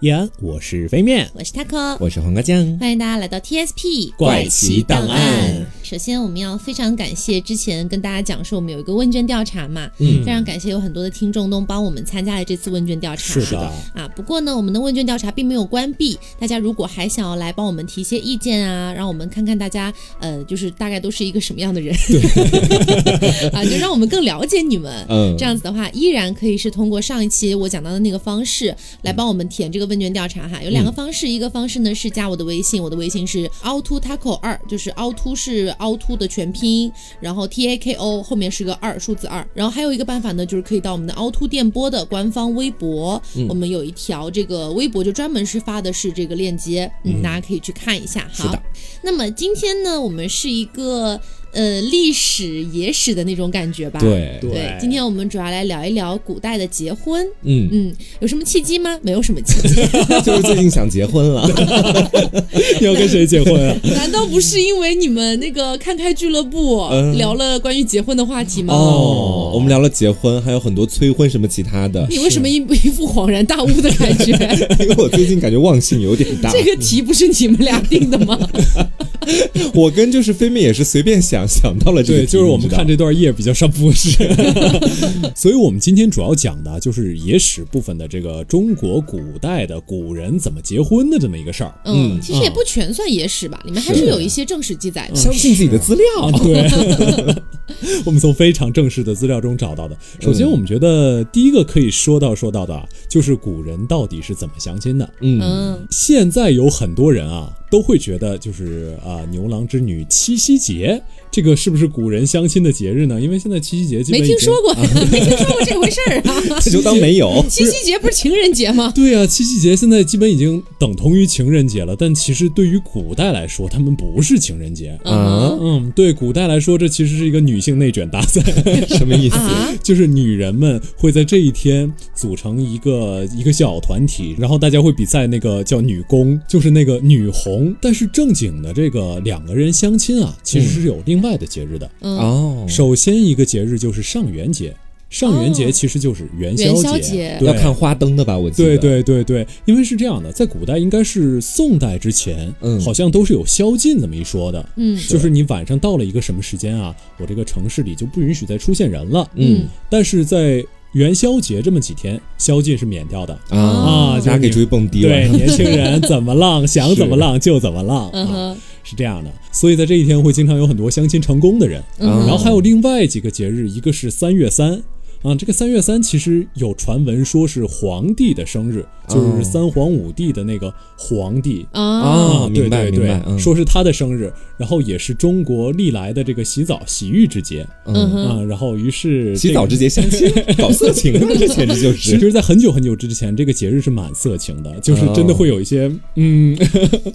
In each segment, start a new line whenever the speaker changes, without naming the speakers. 叶安，我是飞面，
我是 Taco，
我是黄瓜酱。
欢迎大家来到 TSP
怪奇档案。
首先，我们要非常感谢之前跟大家讲说我们有一个问卷调查嘛，
嗯
非常感谢有很多的听众都帮我们参加了这次问卷调查。
是的，
啊，不过呢，我们的问卷调查并没有关闭，大家如果还想要来帮我们提一些意见啊，让我们看看大家呃，就是大概都是一个什么样的人， 啊，就让我们更了解你们。
嗯
这样子的话，依然可以是通过上一期我讲到的那个方式来帮我们填这个问卷调查哈。有两个方式，一个方式呢是加我的微信，我的微信是凹凸 taco 二，就是凹凸是凹凸的全拼，然后 T A K O 后面是个二，数字二。然后还有一个办法呢，就是可以到我们的凹凸电波的官方微博，我们有一条这个微博就专门是发的是这个链接，嗯，大家可以去看一下。
是
好
的，
那么今天呢，我们是一个呃历史野史的那种感 觉吧？。
对，
对，今天我们主要来聊一聊古代的结婚，
嗯，
嗯，有什么契机吗？没有什么契 机，
就是最近想结婚 了，
要跟谁结婚啊？
难道不是因为你们那个看开俱乐部
嗯
聊了关于结婚的话题吗？，
哦，我们聊了结婚，还有很多催婚什么其他的
你为什么一一副恍然大悟的感 觉？
因为我最近感觉忘性有点大。
这个题不是你们俩定的吗？
我跟就是飞妹也是随便想想到了这个
对，
题，
就是我们看
这
这段页比较上不是， 所以我们今天主要讲的就是野史部分的这个中国古代的古人怎么结婚的这么一个事儿。
嗯，其实也不全算野史吧，里面还是有一些正史记载的。
相信自己的 资料，
啊，对， 我们从非常正式的资料中找到的。首先，我们觉得第一个可以说到说到的啊，就是古人到底是怎么相亲的。
嗯，
嗯，
现在有很多人啊，都会觉得就是啊、牛郎织女七夕节，这个是不是古人相亲的节日呢？因为现在七夕节基本
没
已
听
经
说过呀， 没听说过这回事儿啊。
这就当没有。
七夕节不是情人节吗？
对啊，七夕节现在基本已经等同于情人节了，但其实对于古代来说，他们不是情人节。
嗯
嗯，对古代来说，这其实是一个女性内卷大赛，
什么意思？
啊，
就是女人们会在这一天组成一个一个小团体，然后大家会比赛那个叫女工，就是那个女红。但是正经的这个两个人相亲啊，其实是有另外的节日的。
嗯，
哦，
首先一个节日就是上元节，上元节
哦
其实就是元宵
元
节，
宵节
对
要看花灯的吧？我记
对
得。
对对对，因为是这样的，在古代应该是宋代之前，
嗯
好像都是有宵禁这么一说的，
嗯
就是你晚上到了一个什么时间啊，我这个城市里就不允许再出现人了，
嗯，
但是在元宵节这么几天，宵禁是免掉的。
啊
啊，就是
大家可以
你
出去蹦迪
对
了。
年轻人怎么浪，想怎么浪就怎么浪，
嗯
啊
哼，
是这样的。所以在这一天会经常有很多相亲成功的人，
嗯
啊
哼
然后还有另外几个节日，一个是三月三。啊，这个三月三其实有传闻说是皇帝的生日，就是三皇五帝的那个皇帝
啊，
哦
对
明白
对对
明白嗯
说是他的生日，然后也是中国历来的这个洗澡洗浴之节
嗯
嗯，
哼，
啊，然后于是
洗
这个
澡之节相 亲，搞色情啊，这简直就
其
是
实，在很久很久之前，这个节日是蛮色情的，就是
哦
真的会有一些、嗯，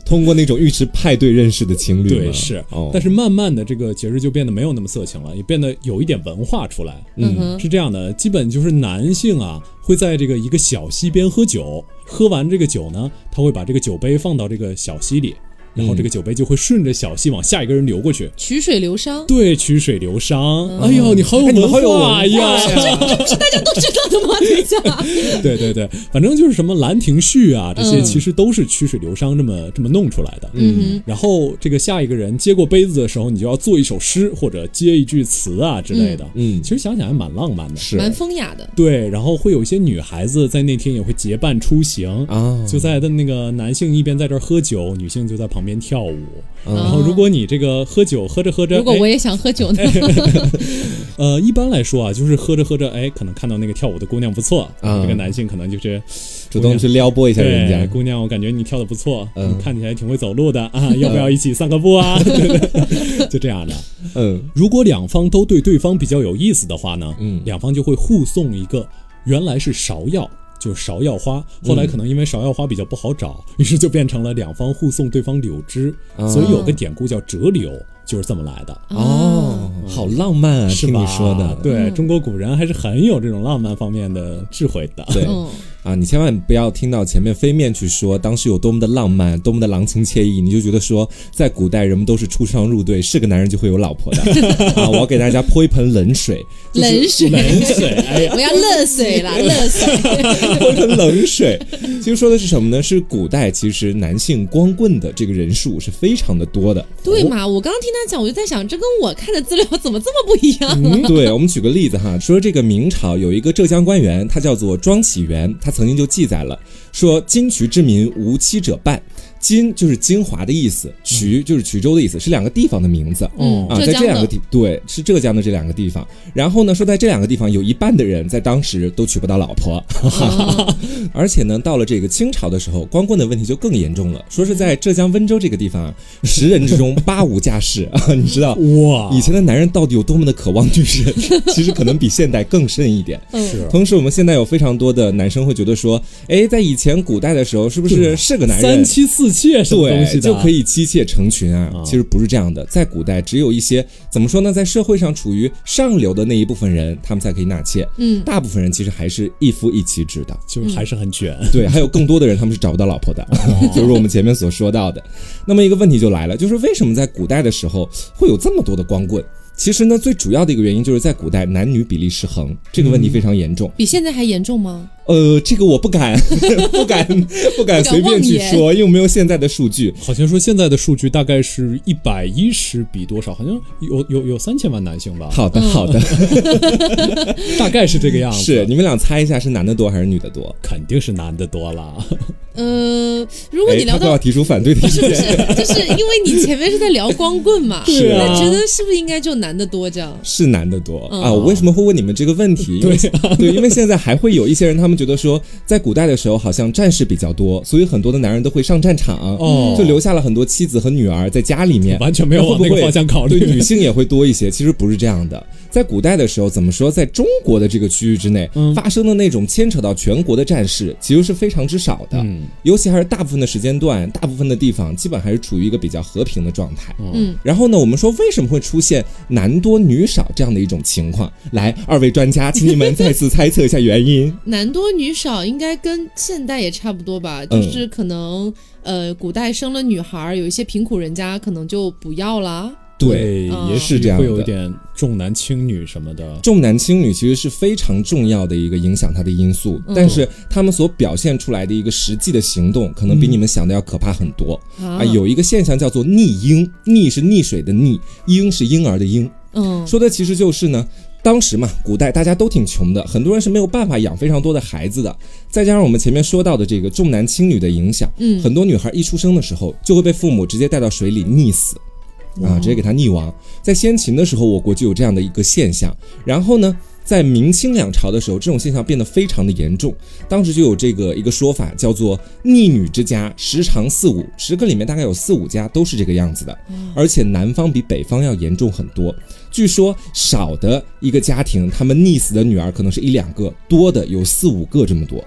通过那种浴池派对认识的情侣嘛。
对是，
哦，
但是慢慢的这个节日就变得没有那么色情了，也变得有一点文化出来。
嗯哼，
是这样的，基本就是男性啊会在这个一个小溪边喝酒，喝完这个酒呢，他会把这个酒杯放到这个小溪里，然后
嗯
这个酒杯就会顺着小溪往下一个人流过去。
曲水流觞，
对，曲水流觞。哎呦，你好有
哎你
文
们好有
化
文
呀！
这都知道的吗？等一下，
对对对，反正就是什么《兰亭序》啊，这些
嗯
其实都是曲水流觞这么这么弄出来的。
嗯
然后这个下一个人接过杯子的时候，你就要做一首诗或者接一句词啊之类的。
嗯
其实想想还蛮浪漫的。
是
蛮风雅的，
对，然后会有一些女孩子在那天也会结伴出行。
哦
啊，
就在的那个男性一边在这儿喝酒，女性就在旁边跳舞。
嗯
然后，如果你这个喝酒喝着喝着，
哦如果
哎
我也想喝酒呢？
呃，一般来说啊，就是喝着喝着，哎，可能看到那个跳舞的姑娘不错，
嗯
这个男性可能就是
主动去撩拨一下
对，
人家，
姑娘，我感觉你跳的不错，
嗯
你看起来挺会走路的 啊，要不要一起散个步啊？对对 就这样的。
嗯，
如果两方都对对方比较有意思的话呢，嗯，两方就会互送一个原来是芍药。就是芍药花，
嗯
后来可能因为芍药花比较不好找， 于是就变成了两方互送对方柳枝，
啊
所以有个典故叫折柳，就是这么来的，
哦，好浪漫啊，
是
听
吧？
你说的，
对、中国古人还是很有这种浪漫方面的智慧的。
对
嗯，
啊，你千万不要听到前面飞面去说当时有多么的浪漫，多么的郎情妾意，你就觉得说在古代人们都是出双入对，是个男人就会有老婆 的啊！我要给大家泼一盆冷水， 就是
哎
冷水，
冷水，哎呀，
我要乐水了，乐水。
泼一盆冷水。其实说的是什么呢？是古代其实男性光棍的这个人数是非常的多的。
对嘛？我刚刚听他讲，我就在想，这跟我看的资料怎么这么不一样？
对，我们举个例子哈，说这个明朝有一个浙江官员，他叫做庄启元，他曾经就记载了，说金衢之民无妻者半。金就是金华的意思，衢就是衢州的意思，是两个地方的名字。
嗯，
啊，
浙
在
江
这两
的，
个地，对，是浙江的这两个地方。然后呢，说在这两个地方，有一半的人在当时都娶不到老婆，
哦
而且呢，到了这个清朝的时候，光棍的问题就更严重了。说是在浙江温州这个地方啊，十人之中八无家室啊，你知道
哇，
以前的男人到底有多么的渴望女人？ 其实可能比现代更甚一点。
嗯，
是啊
同时，我们现在有非常多的男生会觉得说，哎，在以前古代的时候，是不
对
是是个男人
嗯三妻四妾什么东西
对，
的，
就可以妻妾成群啊
啊。
其实不是这样的，在古代只有一些怎么说呢，在社会上处于上流的那一部分人，他们才可以纳妾。
嗯
大部分人其实还是一夫一妻制的。
就是还是很卷。
对，还有更多的人他们是找不到老婆的， 就是我们前面所说到的。那么一个问题就来了，就是为什么在古代的时候会有这么多的光棍？其实呢，最主要的一个原因就是在古代男女比例失衡这个问题非常严重。
比现在还严重吗？
呃，这个我不敢， 不敢，不敢随便去说，因为我没有现在的数据。
好像说现在的数据大概是一百一十比多少，好像有有有三千万男性吧，
好的，
嗯
好的，
大概是这个样子。
是，你们俩猜一下是男的多还是女的多？
肯定是男的多了。
呃，如果
哎
你聊
他都
到
要提出反对的意
是不是
见。
就是 因为你前面是在聊光棍嘛？
是啊
那觉得是不是应该就男的多这样？
是男的多、
嗯
啊！我为什么会问你们这个问题？因为 对，因为现在还会有一些人，他们觉得说，在古代的时候好像战事比较多，所以很多的男人都会上战场，
哦
就留下了很多妻子和女儿在家里面，
完全没有往那个
会不会
方向考虑
对，女性也会多一些。其实不是这样的，在古代的时候，怎么说，在中国的这个区域之内、
嗯
发生的那种牵扯到全国的战事，其实是非常之少的。
嗯
尤其还是大部分的时间段，大部分的地方基本还是处于一个比较和平的状态。
哦
嗯，
然后呢，我们说为什么会出现男多女少这样的一种情况？来，二位专家，请你们 再次猜测一下原因。
男多女少应该跟现代也差不多吧，
嗯
就是可能、呃，古代生了女孩儿，有一些贫苦人家可能就不要啦。
对，
嗯
也
是这样
会
的
有一点重男轻女什么的。
重男轻女其实是非常重要的一个影响它的因素，
嗯
但是他们所表现出来的一个实际的行动，可能比你们想的要可怕很多、
啊
哎
啊！有一个现象叫做溺婴，溺是溺水的溺，婴是婴儿的婴。
嗯
说的其实就是呢，当时嘛，古代大家都挺穷的，很多人是没有办法养非常多的孩子的。再加上我们前面说到的这个重男轻女的影响，
嗯
很多女孩一出生的时候就会被父母直接带到水里溺死。啊，直接给她溺亡。在先秦的时候，我国就有这样的一个现象。然后呢，在明清两朝的时候，这种现象变得非常的严重。当时就有这个一个说法，叫做“逆女之家，十常四五”，十个里面大概有四五家都是这个样子的。而且南方比北方要严重很多。据说少的一个家庭，他们溺死的女儿可能是一两个，多的有四五个这么多。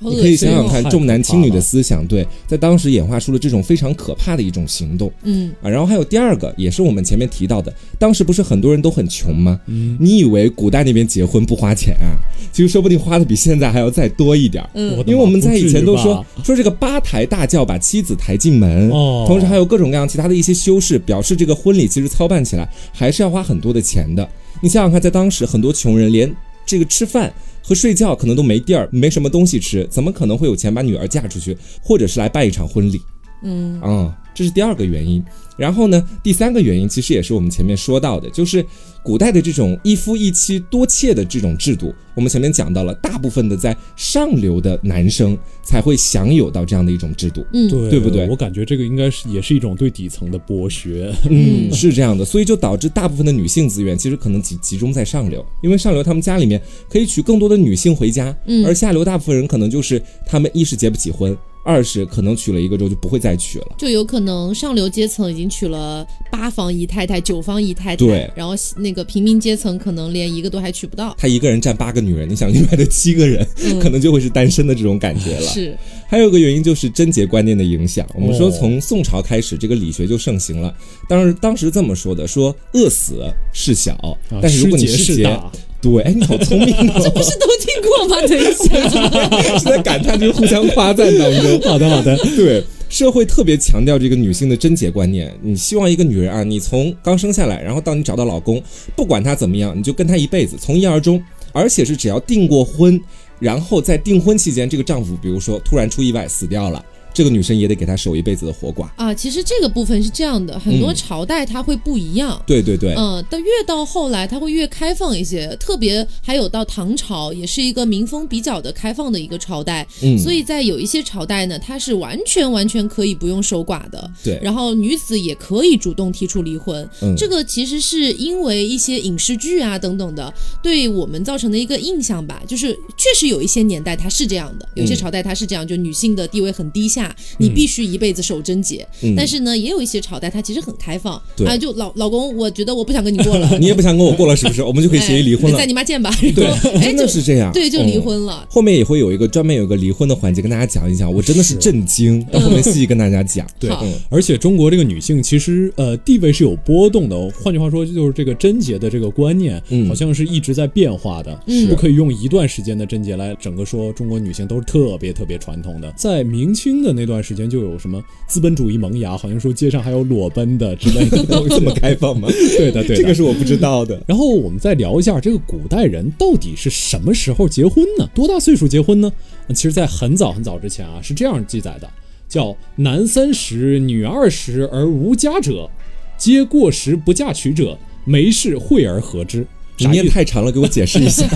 好
你可以
恶心
想想
哦。
看，
太
重男
可怕
轻女的
了
思想，对，在当时演化出了这种非常可怕的一种行动。
嗯，
啊，然后还有第二个，也是我们前面提到的，当时不是很多人都很穷吗？
嗯
你以为古代那边结婚不花钱啊？其实说不定花的比现在还要再多一点儿。
嗯
我的
因为
妈
我们
不
在
至
以
于
前都
吧
说说这个八抬大轿把妻子抬进门，
哦
同时还有各种各样其他的一些修饰，表示这个婚礼其实操办起来还是要花很多的钱的。你想想看，在当时很多穷人连这个吃饭和睡觉可能都没地儿，没什么东西吃，怎么可能会有钱把女儿嫁出去，或者是来办一场婚礼？嗯，啊、这是第二个原因。然后呢，第三个原因其实也是我们前面说到的，就是古代的这种一夫一妻多妾的这种制度，我们前面讲到了，大部分的在上流的男生才会享有到这样的一种制度。
嗯
对
对不对
我感觉这个应该是也是一种对底层的剥削。
嗯，是这样的，所以就导致大部分的女性资源其实可能集集中在上流，因为上流他们家里面可以娶更多的女性回家，
嗯
而下流大部分人可能就是他们一是结不起婚，二是可能娶了一个之后就不会再娶了。
就有可能上流阶层已经娶了八房姨太太、九房姨太太，
对
然后那个平民阶层可能连一个都还娶不到。嗯
他一个人占八个女人，你想另外的七个人、可能就会是单身的这种感觉了。
是，
还有一个原因就是贞洁观念的影响。我们说
哦
从宋朝开始，这个理学就盛行了。当时当时这么说的，说饿死是小，但是如果你
世啊
是
界是
节，
大，
对，哎，你好聪明 哦！
这不是都听过吗？等一下，
是在感叹，就是互相夸赞当中。
好的，好的，
对，社会特别强调这个女性的贞洁观念。你希望一个女人啊，你从刚生下来，然后到你找到老公，不管她怎么样，你就跟她一辈子，从一而终，而且是只要订过婚，然后在订婚期间，这个丈夫比如说突然出意外死掉了，这个女生也得给他守一辈子的活寡。
啊，其实这个部分是这样的，很多
嗯
朝代它会不一样。
对对对，
嗯，但越到后来，它会越开放一些，特别还有到唐朝，也是一个民风比较的开放的一个朝代，
嗯，
所以在有一些朝代呢，它是完全完全可以不用守寡的，
对，
然后女子也可以主动提出离婚。
嗯
这个其实是因为一些影视剧啊等等的对我们造成的一个印象吧，就是确实有一些年代它是这样的，有些
嗯
朝代它是这样，就女性的地位很低下，你必须一辈子守贞洁。
嗯
但是呢，也有一些朝代它其实很开放，
对
啊，就老老公，我觉得我不想跟你过了
，你也不想跟我过了，是不是？我们就可以协议离婚
哎
了
在。你妈见吧。然后
对，
哎，
真的
就是
这样。
对，就离
嗯
婚了。
后面也会有一个专门有一个离婚的环节跟大家讲一讲，我真的是
是
震惊，到后面细细跟大家讲。
对
好。
而且中国这个女性其实呃地位是有波动的，哦换句话说就是这个贞洁的这个观念，
嗯
好像是一直在变化的，
嗯
不可以用一段时间的贞洁来整个说中国女性都是特别特别传统的。在明清的那段时间就有什么资本主义萌芽，好像说街上还有裸奔的之类的，
这么开放吗？
对的对的。
这个是我不知道的。
然后我们再聊一下这个古代人到底是什么时候结婚呢？多大岁数结婚呢？嗯其实，在很早很早之前啊，是这样记载的，叫“男三十，女二十而无家者，皆过时不嫁娶者，没事会而合之”。
你
啥意
念
思？
太长了，给我解释一下，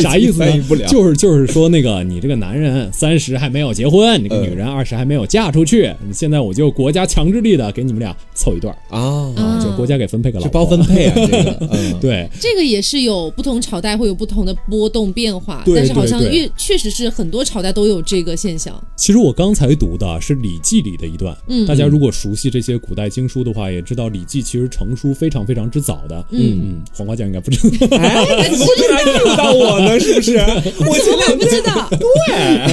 啥意思
我已经翻译
呢
不了？。
就是就是说，那个你这个男人三十还没有结婚，你这个女人二十还没有嫁出去，
嗯
你现在我就国家强制力的给你们俩凑一对儿，
啊，
啊
就国家给分配个老
是
婆，
包分配啊，这个，嗯，
对。
这个也是有不同朝代会有不同的波动变化，
对
但是好像
对对
越确实是很多朝代都有这个现象。
其实我刚才读的是《礼记》里的一段，
嗯
大家如果熟悉这些古代经书的话，也知道《礼记》其实成书非常非常之早的。
嗯
嗯，黄瓜酱应该不知道。
哎，怎么突然 Q 到我呢？是不是？我
怎么我不知道？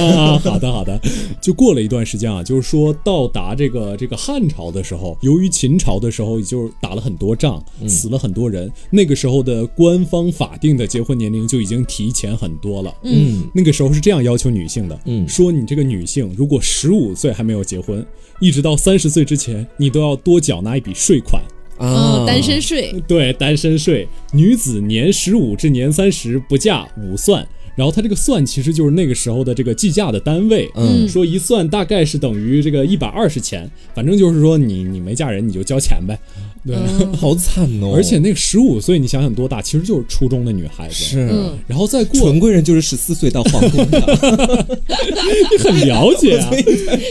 啊， 好的好的，就过了一段时间啊，就是说到达这个这个汉朝的时候，由于秦朝的时候就是打了很多仗，死了很多人，那个时候的官方法定的结婚年龄就已经提前很多了。
嗯，
那个时候是这样要求女性的，
嗯
说你这个女性如果十五岁还没有结婚，一直到三十岁之前，你都要多缴纳一笔税款。
嗯
啊，，
单身税，
对，单身税，女子年十五至年三十不嫁五算，然后它这个算其实就是那个时候的这个计价的单位，
嗯
说一算大概是等于这个一百二十钱，反正就是说你你没嫁人你就交钱呗，对。
好惨哦，
而且那个十五岁，你想想多大，其实就是初中的女孩子。，
是。
嗯，
然后再过，
纯贵人就是十四岁到皇宫的，
你很了解啊。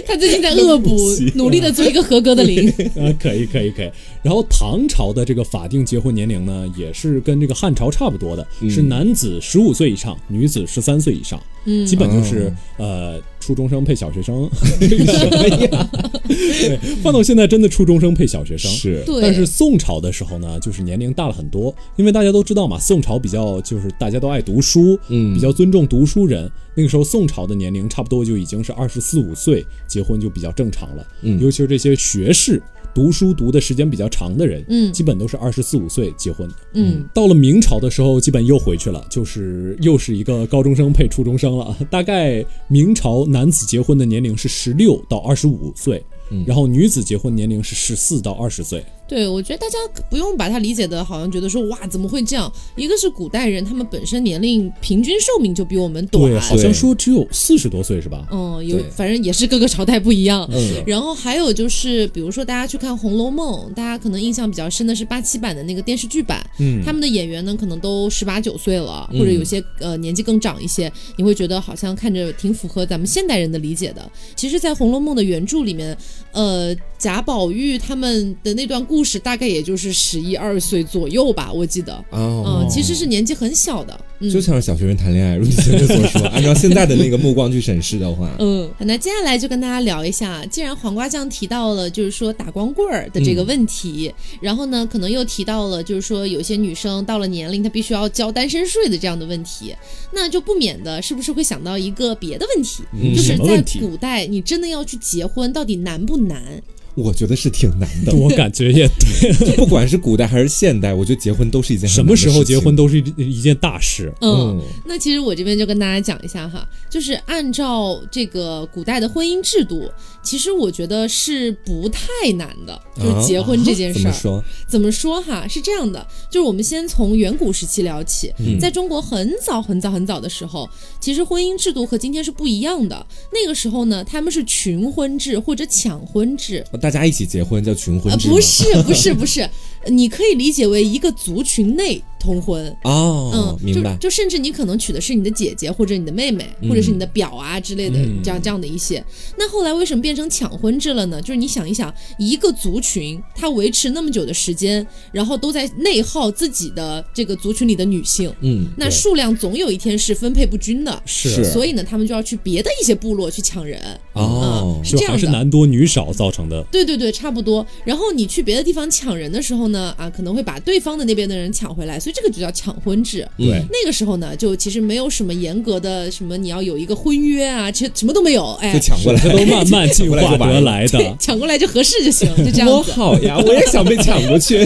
他最近在恶补
对不，起
努力的做一个合格的零。
呃，可以，可以，可以。然后唐朝的这个法定结婚年龄呢，也是跟这个汉朝差不多的，
嗯
是男子十五岁以上，女子十三岁以上，
嗯
基
哦
本就是、呃初中生配小学生，
什么呀？
对，放到现在真的初中生配小学生。
是
对，
但是宋朝的时候呢，就是年龄大了很多，因为大家都知道嘛，宋朝比较就是大家都爱读书，
嗯
比较尊重读书人。那个时候宋朝的年龄差不多就已经是二十四五岁结婚就比较正常了，
嗯
尤其是这些学士。读书读的时间比较长的人，
嗯
基本都是二十四五岁结婚。
嗯，
到了明朝的时候，基本又回去了，就是又是一个高中生配初中生了。 大概明朝男子结婚的年龄是十六到二十五岁，
嗯
然后女子结婚年龄是十四到二十岁。
对，我觉得大家不用把它理解的，好像觉得说哇怎么会这样？一个是古代人，他们本身年龄平均寿命就比我们短，
对，好像说只有四十多岁是吧？
嗯，有
啊对，
反正也是各个朝代不一样。
嗯
然后还有就是，比如说大家去看《红楼梦》，大家可能印象比较深的是八七版的那个电视剧版，
嗯
他们的演员呢可能都十八九岁了，或者有些呃年纪更长一些，你会觉得好像看着挺符合咱们现代人的理解的。其实，在《红楼梦》的原著里面，呃，贾宝玉他们的那段故事大概也就是十一二岁左右吧，我记得，嗯、
哦，
其实是年纪很小的，嗯
就。像是小学生谈恋爱，如你前面所说，按照现在的那个目光去审视的话，
嗯，好，那接下来就跟大家聊一下，既然黄瓜酱提到了就是说打光棍儿的这个问题，然后呢，可能又提到了就是说有些女生到了年龄她必须要交单身税的这样的问题，那就不免的是不是会想到一个别的问题，
嗯
就是
什么
在
问题
古代你真的要去结婚，到底难不难？
我觉得是挺难的。
我感觉 也对，
不管是古代还是现代，我觉得结婚都是一件很
什
难
么
的
时候
事
结
情
婚都是一一件大事。
嗯，那其实我这边就跟大家讲一下哈，就是按照这个古代的婚姻制度，其实我觉得是不太难的，就是结婚这件
啊怎
事儿、
么说？
怎么说哈？是这样的，就是我们先从远古时期聊起，在中国很早很早很早的时候，其实婚姻制度和今天是不一样的。那个时候呢，他们是群婚制或者抢婚制。
大家一起结婚叫群婚
呃，
制吗？
不是不是不是，你可以理解为一个族群内通婚，
哦
嗯，，
明白。
就就甚至你可能娶的是你的姐姐或者你的妹妹，或
嗯
者是你的表啊之类的，这样这样的一些。那后来为什么变成抢婚制了呢？就是你想一想，一个族群它维持那么久的时间，然后都在内耗自己的这个族群里的女性，
嗯，
那
对
数量总有一天是分配不均的。
是
是
所以呢，他们就要去别的一些部落去抢人。
哦
嗯，是
就
这样
还
的。
是男多女少造成的。
对对对，差不多。然后你去别的地方抢人的时候呢，啊，可能会把对方的那边的人抢回来，所以这个就叫抢婚制。
对
那个时候呢，就其实没有什么严格的什么你要有一个婚约啊，其实什么都没有，
就
哎，
抢过来
这都慢慢进
过来
化
就完
得
了
来 的。
抢过来就合适就行，就这样
多
子。
好 呀！我也想被抢过去。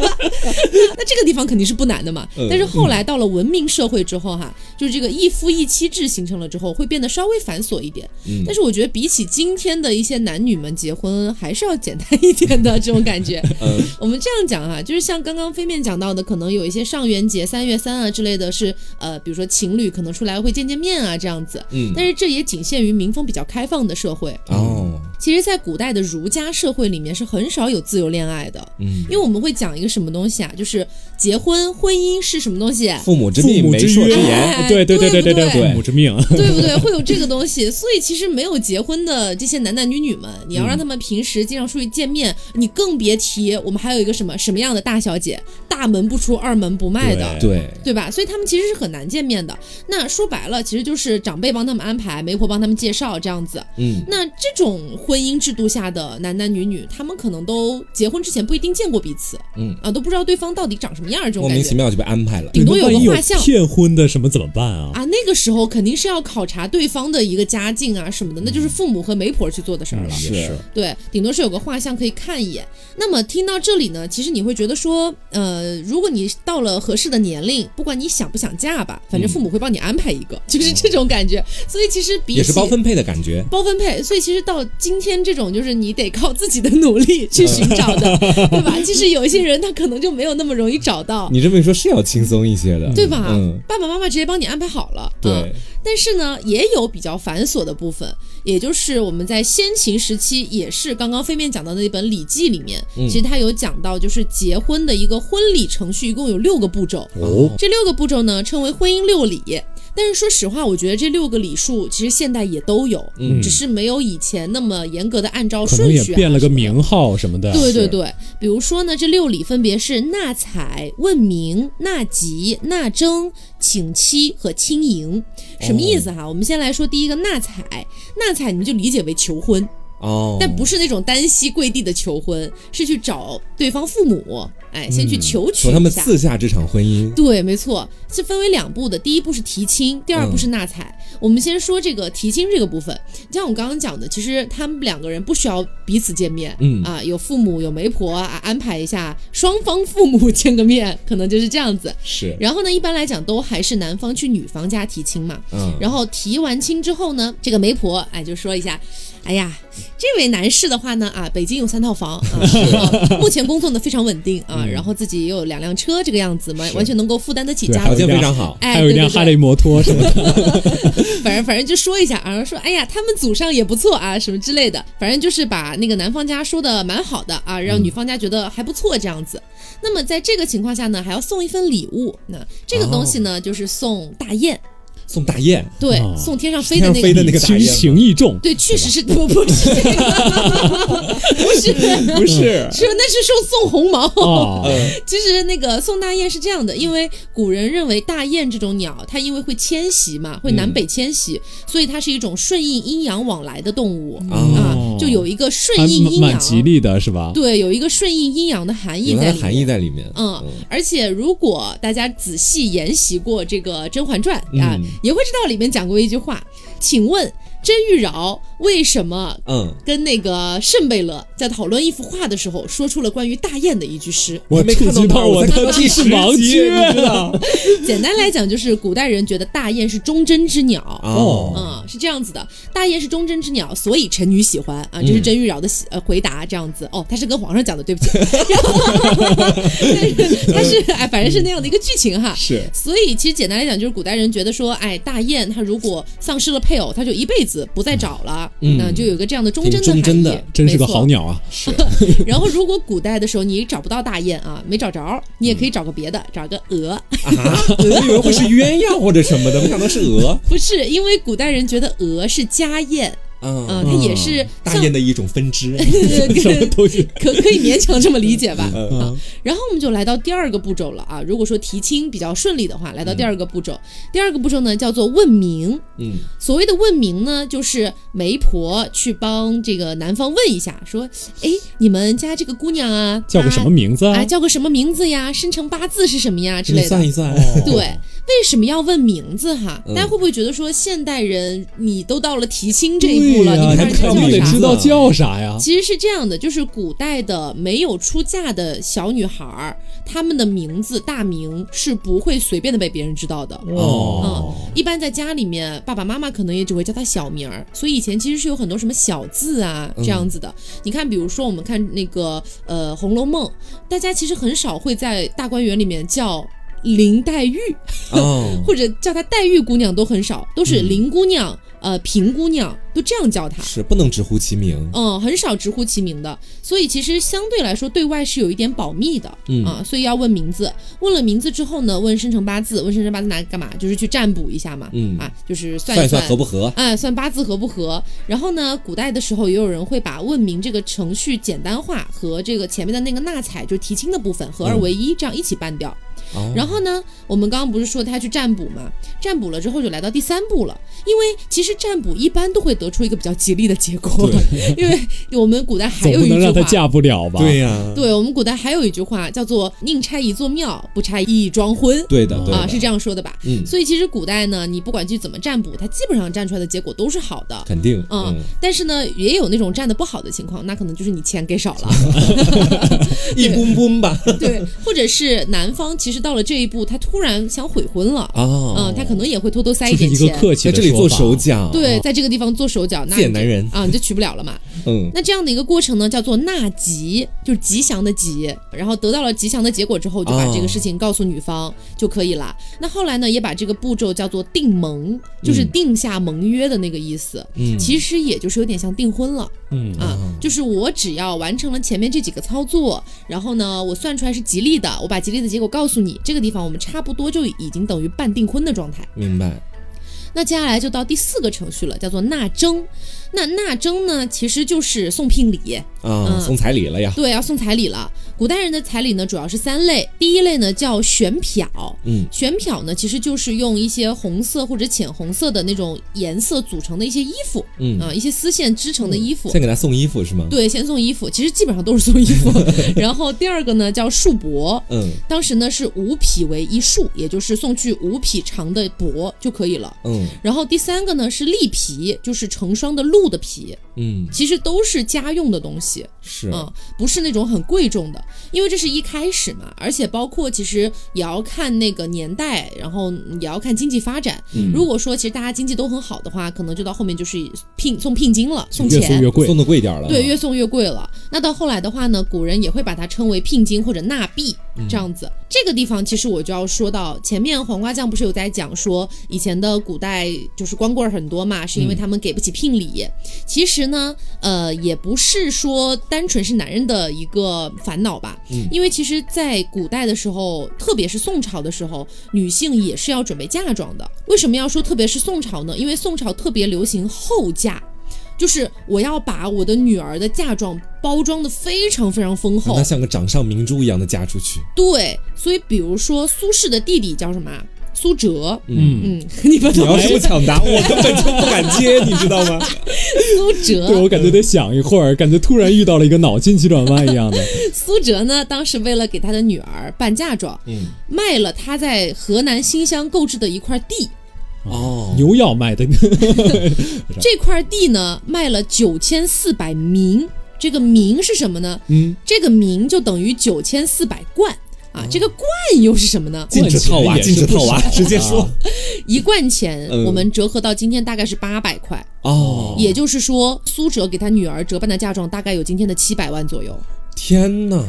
那这个地方肯定是不难的嘛。
嗯
但是后来到了文明社会之后哈，就是这个一夫一妻制形成了之后，会变得稍微繁琐一点。
嗯
但是我觉得比起今天的一些男女们结婚，还是要简单一点的这种感觉。
嗯
我们这样讲哈、就是像刚刚飞面讲到的，可能有一些上元节、三月三啊之类的是，呃，比如说情侣可能出来会见见面啊这样子。
嗯
但是这也仅限于民风比较开放的社会。
哦，
其实，在古代的儒家社会里面是很少有自由恋爱的，
嗯
因为我们会讲一个什么东西啊，就是结婚、婚姻是什么东 西，
父母之
父
命，
母
媒
之
妁之
约
言。
哎
对对
对
对
不
对，
对
父母之命。
对不对？会有这个东西，所以其实没有结婚的这些男男女女们，你要让他们平时经常出去见面，你更别提我们还有一个什么什么样的大小姐，大门不出二门不迈的
对。
对，
对吧？所以他们其实是很难见面的。那说白了，其实就是长辈帮他们安排，媒婆帮他们介绍这样子。
嗯，
那这种婚姻制度下的男男女女，他们可能都结婚之前不一定见过彼此，
嗯
啊，都不知道对方到底长什么样儿，这种
莫
感
名其
觉
妙就被安排了。
顶多
那
有
万
个
一有
画像
骗婚的什么怎么办啊？
啊。那个时候肯定是要考察对方的一个家境啊什么的，那
嗯
就是父母和媒婆去做的事儿了。
也
是
是，
对，顶多是有个画像可以看一眼。那么听到这里呢，其实你会觉得说，呃，如果你到了合适的年龄，不管你想不想嫁吧，反
嗯
正父母会帮你安排一个，就是这种感觉。所以其实比起
也是包分配的感觉。
包分配，所以其实到今天这种，就是你得靠自己的努力去寻找 的，对吧？其实有一些人他可能就没有那么容易找到，
你这么一说，是要轻松一些的，
对吧？
嗯，
爸爸妈妈直接帮你安排好了，嗯
对，
但是呢，也有比较繁琐的部分，也就是我们在先秦时期，也是刚刚飞面讲到的那本《礼记》里面，其实它有讲到，就是结婚的一个婚礼程序，一共有六个步骤。
哦，
这六个步骤呢，称为婚姻六礼。但是说实话，我觉得这六个礼数其实现代也都有，只是没有以前那么严格的按照
可能
顺序、
也
啊，
变了个。名号什么的。
对对对，比如说呢，这六礼分别是纳采、问名、纳吉、纳征、请期和亲迎，什么意思
哦
哈？我们先来说第一个纳采，纳采你们就理解为求婚，
哦，
但不是那种单膝跪地的求婚，是去找对方父母，哎，先去求娶
嗯求他们
一下
赐下这场 婚姻。
对，没错，是分为两步的。第一步是提亲，第二步是纳采。我们先说这个提亲这个部分。像我刚刚讲的，其实他们两个人不需要彼此见面，
嗯
啊，有父母有媒婆啊，安排一下，双方父母 见个面，可能就是这样子。
是，
然后呢，一般来讲都还是男方去女方家提亲嘛。
嗯，
然后提完亲之后呢，这个媒婆哎就说一下，哎呀，这位男士的话呢啊，北京有三套房啊， 然后目前工作呢非常稳定
嗯
啊，然后自己也有两辆车这个样子嘛，完全能够负担得起
对
家
还
条
有
里。
件非常好。
哎，
还有一
对
辆
对
哈
对，
雷摩托什么的，
反正反正就说一下啊，然后说哎呀，他们祖上也不错啊，什么之类的，反正就是把那个男方家说的蛮好的啊，让女方家觉得还不错这样子。
嗯
那么在这个情况下呢，还要送一份礼物，那这个东西呢，就是送大雁，
送大雁，
对，
哦
送天上飞
天
的那个
上飞的 那个大
情
雁吗，
情意 重。
对，确实是不不是这个， 不是
不是，哦
是嗯那是说送红毛。
啊，
嗯
其实那个送大雁是这样的，因为古人认为大雁这种鸟，它因为会迁徙嘛，会
嗯
南北迁徙，所以它是一种顺应阴阳往来的动物、
哦
啊，就有一个顺
还
应阴
蛮
阳
蛮，
啊
吉利的是吧？
对，有一个顺应阴阳的含义
有它
在
的
里
含
面。
义在里面。
嗯，而且如果大家仔细研习过这个《甄嬛传》啊，
嗯
也会知道里面讲过一句话。请问甄玉娆为什么
嗯，
跟那个圣贝勒在讨论一幅画的时候，说出了关于大雁的一句诗。
我
没
触
看
及
到
到
我
我
在看
的
到
知
第
识
十
盲
集
区，
你知 道？
简单来讲，就是古代人觉得大雁是忠贞之鸟。
啊
哦，
嗯，是这样子的，大雁是忠贞之鸟，所以臣女喜欢啊，
嗯
这是甄玉娆的喜呃回答，这样子哦，他是跟皇上讲的，对不起， 然后但是他是
嗯
哎，反正是那样的一个剧情哈，
是
所以其实简单来讲，就是古代人觉得说，哎，大雁它如果丧失了配偶，它就一辈子不再找了，
嗯
那就有一个这样的忠贞的
挺忠贞的
含义
真是个好。
没错
鸟 啊！
是，
然后如果古代的时候你找不到大雁啊，没找着，你也可以找个别的，找个鹅。
我以为会是鸳鸯或者什 么的，没想到是鹅。
不是，因为古代人觉得鹅是家雁，
嗯
啊，它也是
大
像
雁的一种分支。
什么东西？
可可以勉强这么理解吧。
嗯
啊，然后我们就来到第二个步骤了啊。如果说提亲比较顺利的话，来到第二个步
嗯
骤。第二个步骤呢叫做问名。
嗯，
所谓的问名呢，就是媒婆去帮这个男方问一下，说，哎，你们家这个姑娘啊，
叫个
她
什么名字
啊？
啊？
叫个什么名字呀？生辰八字是什么呀？之
你
类的。
算一算，
对，为什么要问名字哈？
嗯
大家会不会觉得说现代人你都到了提亲这一步了，
对呀
你看
看
人家
你
看你
得
叫啥
知？道叫啥呀？
其实是这样的，就是古代的没有出嫁的小女孩儿，她们的名字大名是不会随便的被别人知道的。
哦，
一般在家里面，爸爸妈妈可能也只会叫她小名儿，所以以前其实是有很多什么小字啊这样子的。你看，比如说我们看那个呃《红楼梦》，大家其实很少会在大观园里面叫林黛玉，
哦，
或者叫她黛玉姑娘都很少，都是林姑娘、呃平姑娘，都这样叫她。
是不能直呼其名。
嗯，很少直呼其名的，所以其实相对来说对外是有一点保密的，
嗯
啊，所以要问名字。问了名字之后呢，问生辰八字，问生辰八字拿干嘛？就是去占卜一下嘛，
嗯
啊，就是算
算一
算
算合不合？
哎、算八字合不合。然后呢，古代的时候也有人会把问名这个程序简单化和这个前面的那个纳采，就是提亲的部分合
嗯
二为一，这样一起办掉。
哦
然后呢，我们刚刚不是说他去占卜嘛？占卜了之后就来到第三步了，因为其实占卜一般都会得出一个比较吉利的结果， 因为我们古代还
总
有
不
一
能让
句
她
话。
嫁不了吧？
对呀，
对我们古代还有一句话叫做“宁拆一座庙，不拆一桩婚
对的，”，对
啊，
的，
是这样说的吧？
嗯，
所以其实古代呢，你不管去怎么占卜，它基本上占出来的结果都是好的。
肯定，
嗯
嗯，
但是呢，也有那种占的不好的情况，那可能就是你钱给少了，
一 崩崩吧。
对，或者是男方其实到了这一步，他突然想悔婚了，
哦
嗯，，他可能也会偷偷塞
就是
点
一个
钱。
客气
在
的
这里
说
做
法啊
手脚，
对，，在这个地方做手脚，那
哦贱
你就
男人
啊，你就娶不了了嘛。
嗯，
那这样的一个过程呢，叫做纳吉，就是吉祥的吉。然后得到了吉祥的结果之后，就把
哦
这个事情告诉女方就可以了。那后来呢，也把这个步骤叫做定盟，就是
嗯
定下盟约的那个意思。
嗯
其实也就是有点像订婚了。
嗯
啊，就是我只要完成了前面这几个操作，然后呢，我算出来是吉利的，我把吉利的结果告诉你，这个地方我们差不多就已经等于半订婚的状态。
明白，
那接下来就到第四个程序了，叫做纳征。那纳征呢，其实就是送聘礼，
啊，
嗯
送彩礼了呀，
对，要送彩礼了。古代人的彩礼呢，主要是三类，第一类呢叫选漂。
嗯，
选漂呢，其实就是用一些红色或者浅红色的那种颜色组成的一些衣服，
嗯
啊、一些丝线织成的衣服，
先给他送衣服是吗？，
对，先送衣服，其实基本上都是送衣服。然后第二个呢叫束帛，
嗯
当时呢是五匹为一束，也就是送去五匹长的帛就可以了。
嗯
然后第三个呢是栗皮，就是成双的鹿的皮，
嗯，
其实都是家用的东西，
是，
嗯，不是那种很贵重的，因为这是一开始嘛，而且包括其实也要看那个年代，然后也要看经济发展。如果说其实大家经济都很好的话，可能就到后面就是聘送聘金了，送
越
钱，
送越贵
送。的贵点儿了，
对，越送越贵了。那到后来的话呢，古人也会把它称为聘金或者纳币这样子。这个地方其实我就要说到前面黄瓜酱不是有在讲说以前的古代就是光棍儿很多嘛，是因为他们给不起聘礼。其实呢，呃，也不是说单纯是男人的一个烦恼吧，因为其实，在古代的时候，特别是宋朝的时候，女性也是要准备嫁妆的。为什么要说特别是宋朝呢？因为宋朝特别流行后嫁。就是我要把我的女儿的嫁妆包装的非常非常丰
让
厚
他，像个掌上明珠一样的嫁出去，
对，所以比如说苏轼的弟弟叫什么啊？苏辙，
嗯
嗯， 你们
你
都
要是不抢 答，我根本就不敢接，你知道吗？
苏
对，
辙，
我感觉得想一会儿，感觉突然遇到了一个脑筋急转弯一样 的。
苏辙呢，当时为了给他的女儿办嫁妆，
嗯，
卖了他在河南新乡购置的一块地，
哦，
牛要卖的
这块地呢卖了九千四百冥，这个冥是什么呢？
嗯，
这个冥就等于九千四百贯
哦
啊。这个贯又是什么呢？
禁止套娃，
也是
禁止套娃
不少，啊
直接说
一贯钱
嗯
我们折合到今天大概是八百块，
哦，
也就是说苏辙给他女儿折半的嫁妆大概有今天的七百万左右。
天哪，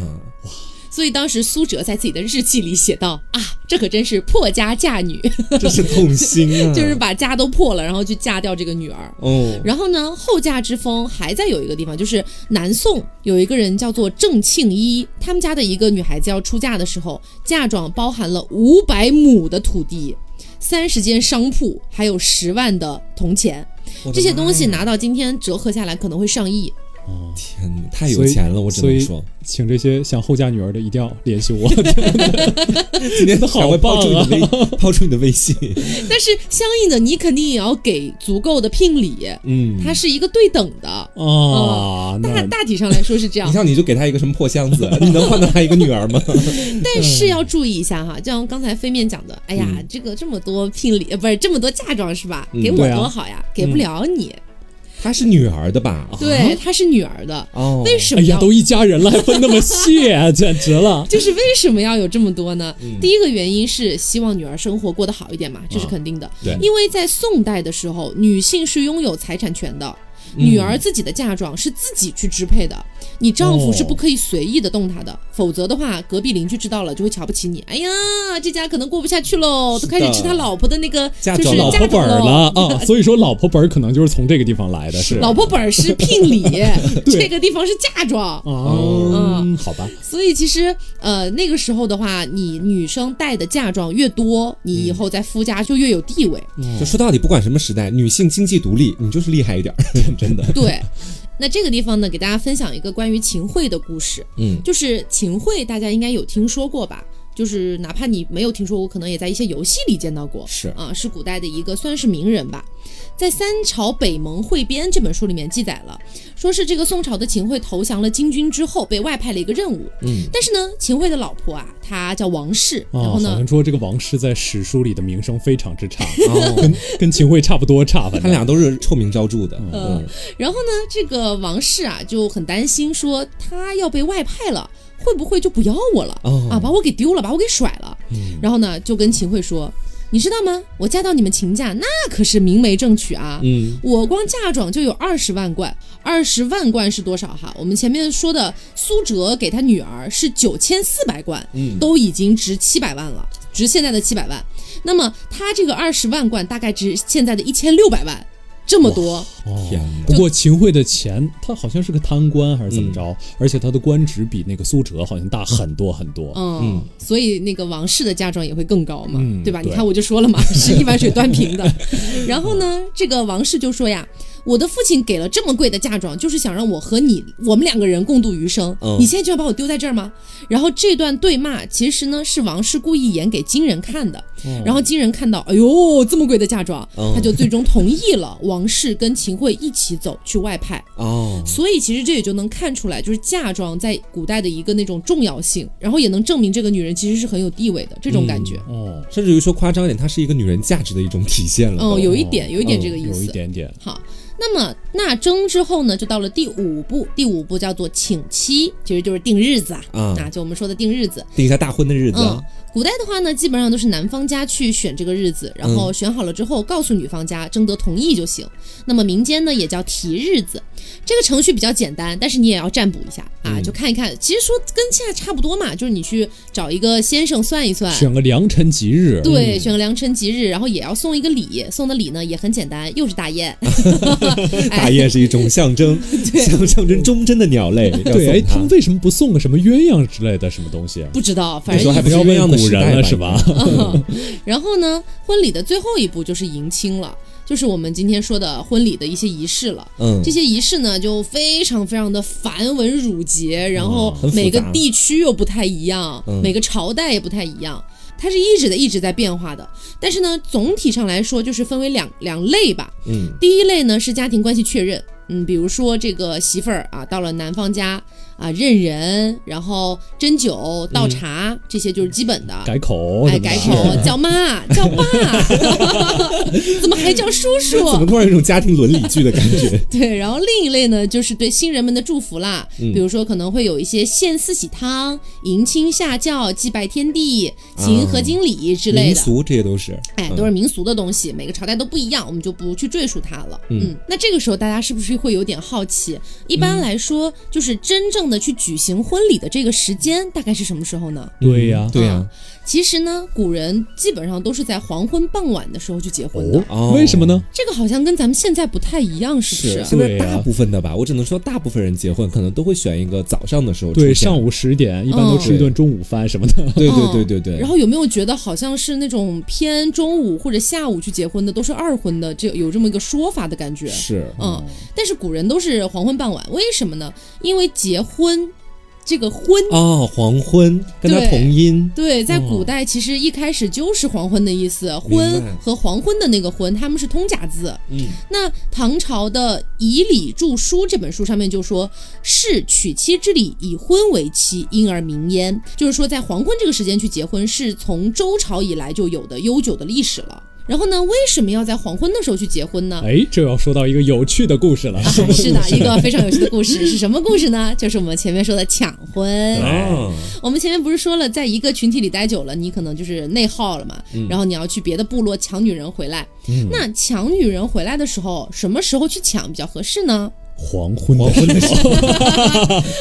所以当时苏辙在自己的日记里写道：“啊，这可真是破家嫁 女，
真是痛心啊！
就是把家都破了，然后去嫁掉这个女儿。”
哦，
然后呢，后嫁之风还在有一个地方，就是南宋有一个人叫做郑庆一，他们家的一个女孩子要出嫁的时候，嫁妆包含了五百亩的土地、三十间商铺，还有十万的铜钱，
我的
这些
妈
东西
呀
拿到今天折合下来可能会上亿。
哦
天哪，太有钱了，我只
所
能
以
说，
请这些想后嫁女儿的一定要联系 我。
今天
好
赶快
棒啊
抛出你的微， 抛出你的微信，
但是相应的，你肯定也要给足够的聘礼，
嗯，
它是一个对等的。
啊，
大
那
大体上来说是这样
你，像你就给他一个什么破箱子，你能换到他一个女儿吗？
但是要注意一下哈，就像刚才飞面讲的，哎呀，
嗯
这个这么多聘礼，呃不是这么多嫁妆是吧？
嗯
给我
对啊
多好呀，给不了你。
她是女儿的吧？
对，她是女儿的，
哦，
为什
啊哎
么
呀，
要？
都一家人了，还分那么细、简直了。
就是为什么要有这么多呢？
嗯
第一个原因是希望女儿生活过得好一点嘛，这
啊
是肯定的。
对
因为在宋代的时候，女性是拥有财产权的，
嗯
女儿自己的嫁妆是自己去支配的，你丈夫是
哦
不可以随意的动她的，否则的话，隔壁邻居知道了就会瞧不起你。哎呀，这家可能过不下去喽，都开始吃他老婆的那个
嫁
就
妆
是
老
嫁
婆本儿
妆
了
嗯
啊，所以说老婆本儿可能就是从这个地方来的，是
老婆本儿是 聘礼，这个地方是嫁妆。
哦，
嗯
好吧，
所以其实，呃，那个时候的话，你女生带的嫁妆越多，你以后在夫家就越有地位。
就说到底，不管什么时代，女性经济独立，你就是厉害一点儿， 真的。
对， 那这个地方呢，给大家分享一个关于秦桧的故事。
嗯，
就是秦桧，大家应该有听说过吧？就是哪怕你没有听说过，可能也在一些游戏里见到过。
是
啊，是古代的一个算是名人吧。在《三朝北盟会编》这本书里面记载了，说是这个宋朝的秦桧投降了金军之后，被外派了一个任务。
嗯，
但是呢，秦桧的老婆啊，她叫王氏，
啊，
然后
好
呢，
像说这个王氏在史书里的名声非常之差，
哦，
跟秦桧差不多差，反
他
哎
正
俩都是臭名昭著的。
呃
嗯，
然后呢，这个王氏啊就很担心，说她要被外派了，会不会就不要我了、
哦嗯
啊，把我给丢了，把我给甩了。然后呢，就跟秦桧说，你知道吗？我嫁到你们秦家，那可是明媒正娶啊。
嗯，
我光嫁妆就有二十万贯，二十万贯是多少哈？我们前面说的苏辙给他女儿是九千四百贯，
嗯
都已经值七百万了，值现在的七百万。那么他这个二十万贯大概值现在的一千六百万，这么多。
哦
天哪
不过秦桧的钱，他好像是个贪官还是怎么着？
嗯
而且他的官职比那个苏辙好像大很多很多。
嗯，所以那个王氏的嫁妆也会更高嘛，
嗯
对吧？
对
你看我就说了嘛，是一碗水端平的。然后呢，这个王氏就说呀，我的父亲给了这么贵的嫁妆，就是想让我和你我们两个人共度余生。
嗯
你现在就要把我丢在这儿吗？然后这段对骂其实呢是王氏故意演给金人看的，然后金人看到，哎呦这么贵的嫁妆，
嗯
他就最终同意了王氏跟秦桧一起走去外派。
哦，
所以其实这也就能看出来，就是嫁妆在古代的一个那种重要性，然后也能证明这个女人其实是很有地位的这种感觉。
哦，
甚至于说夸张一点，她是一个女人价值的一种体现了。
嗯，
都
有一点，有一点这个意
哦有一
思。
点点。
好，那么纳征之后呢，就到了第五步，第五步叫做请期，其实就是定日子啊，
啊
啊，就我们说的定日子。
定一下大婚的日子。啊
嗯，古代的话呢，基本上都是男方家去选这个日子，然后选好了之后告诉女方家征得同意就行。那么民间呢也叫提日子，这个程序比较简单，但是你也要占卜一下啊，就看一看。其实说跟现在差不多嘛，就是你去找一个先生算一算。
选个良辰吉日，
哎对，选个良辰吉日，然后也要送一个礼，送的礼呢也很简单，又是大哎雁。
大雁是一种象征，象象征忠贞的鸟类。
对，哎，
要
他
送
们
它
为什么不送个什么鸳鸯之类的什么东西？啊
不知道，反
那时
正
候还不是
要
鸳
问
鸯的
古
时
人
代
了是吧？
嗯，然后呢，婚礼的最后一步就是迎亲了，就是我们今天说的婚礼的一些仪式了。
嗯
这些仪式呢就非常非常的繁文缛节，然后
很复杂
每个地区又不太一样，每个朝代也不太一样。它是一直的一直在变化的，但是呢，总体上来说就是分为两两类吧。
嗯，
第一类呢是家庭关系确认，嗯，比如说这个媳妇儿啊到了男方家啊认人，然后针灸、倒茶，这些就是基本的。
改口什
哎，
么的，
改口叫妈叫爸， 怎么还叫叔叔？
怎么突然有一种家庭伦理剧的感觉？
对，然后另一类呢，就是对新人们的祝福啦，
嗯
比如说可能会有一些献四喜汤、迎亲下轿、祭拜天地、行
啊
合经礼之类
民
的。
俗这嗯些都是，
哎，都是民俗的东西，每个朝代都不一样，我们就不去赘述它了。嗯那这个时候大家是不是会有点好奇？一
嗯
般来说，就是真正的去举行婚礼的这个时间大概是什么时候呢？
对呀、
对呀、
其实呢，古人基本上都是在黄昏傍晚的时候去结婚的，
哦
为什么呢？
这个好像跟咱们现在不太一样，是不
是
是？
现在
对呀
大部分的吧，我只能说大部分人结婚可能都会选一个早上的时候出
对，
现
上午十点一般都吃一顿中午饭什么 的。
对
嗯
对对对对，
然后有没有觉得好像是那种偏中午或者下午去结婚的都是二婚的，这有这么一个说法的感觉？
是
嗯，但是古人都是黄昏傍晚，为什么呢？因为结婚这个婚，
哦，黄昏跟它
对
同音，
对，在古代其实一开始就是黄昏的意思，
嗯明白
婚和黄昏的那个婚，他们是通假字。
嗯，
那唐朝的《以礼著书》这本书上面就说：“是娶妻之礼，以婚为期，因而名焉。”就是说，在黄昏这个时间去结婚，是从周朝以来就有的悠久的历史了。然后呢，为什么要在黄昏的时候去结 婚呢？
哎，这要说到一个有趣的故事了。
啊，是的，一个非常有趣的故事，是什么故事呢？就是我们前面说的抢婚。
啊，
我们前面不是说了，在一个群体里待久了，你可能就是内耗了嘛，然后你要去别的部落抢女人回来。那抢女人回来的时候，什么时候去抢比较合适呢？
黄昏的时 候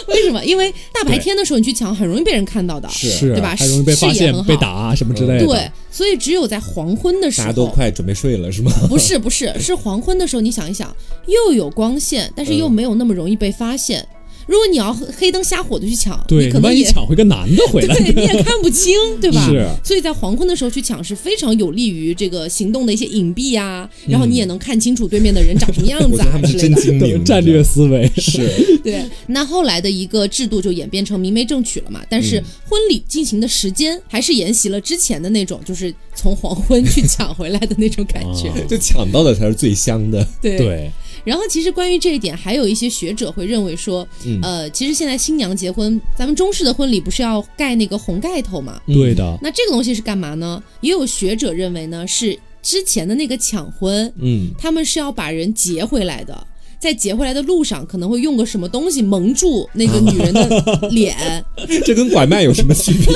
为什么？因为大白天的时候你去抢，很容易被人看到的，
是
是啊
对吧
还容易被发
视野
现
很、好
被打啊什么之类的。
对，所以只有在黄昏的时
大家都
候，
快准备睡了是吗？
不是不是，是黄昏的时候，你想一想，又有光线，但是又没有那么容易被发现。如果你要黑灯瞎火的去抢，
对，
你可能
万一
也
抢回个男的回来，
对，你也看不清，对吧？
是
所以在黄昏的时候去抢是非常有利于这个行动的一些隐蔽呀、然后你也
嗯
能看清楚对面的人长什么样
我
子
觉得
啊
他们
之类
是真
的。
精明，
战略思维。
是
对，那后来的一个制度就演变成明媒正娶了嘛，但是婚礼进行的时间还是沿袭了之前的那种，就是从黄昏去抢回来的那种感觉。
啊
就抢到的才是最香的，
对。
对，
然后其实关于这一点，还有一些学者会认为说，呃，其实现在新娘结婚，咱们中式的婚礼不是要盖那个红盖头
嗯
嘛？
对的，
那这个东西是干嘛呢？也有学者认为呢，是之前的那个抢婚，
嗯，
他们是要把人劫回来的。在劫回来的路上，可能会用个什么东西蒙住那个女人的脸，
这跟拐卖有什么区别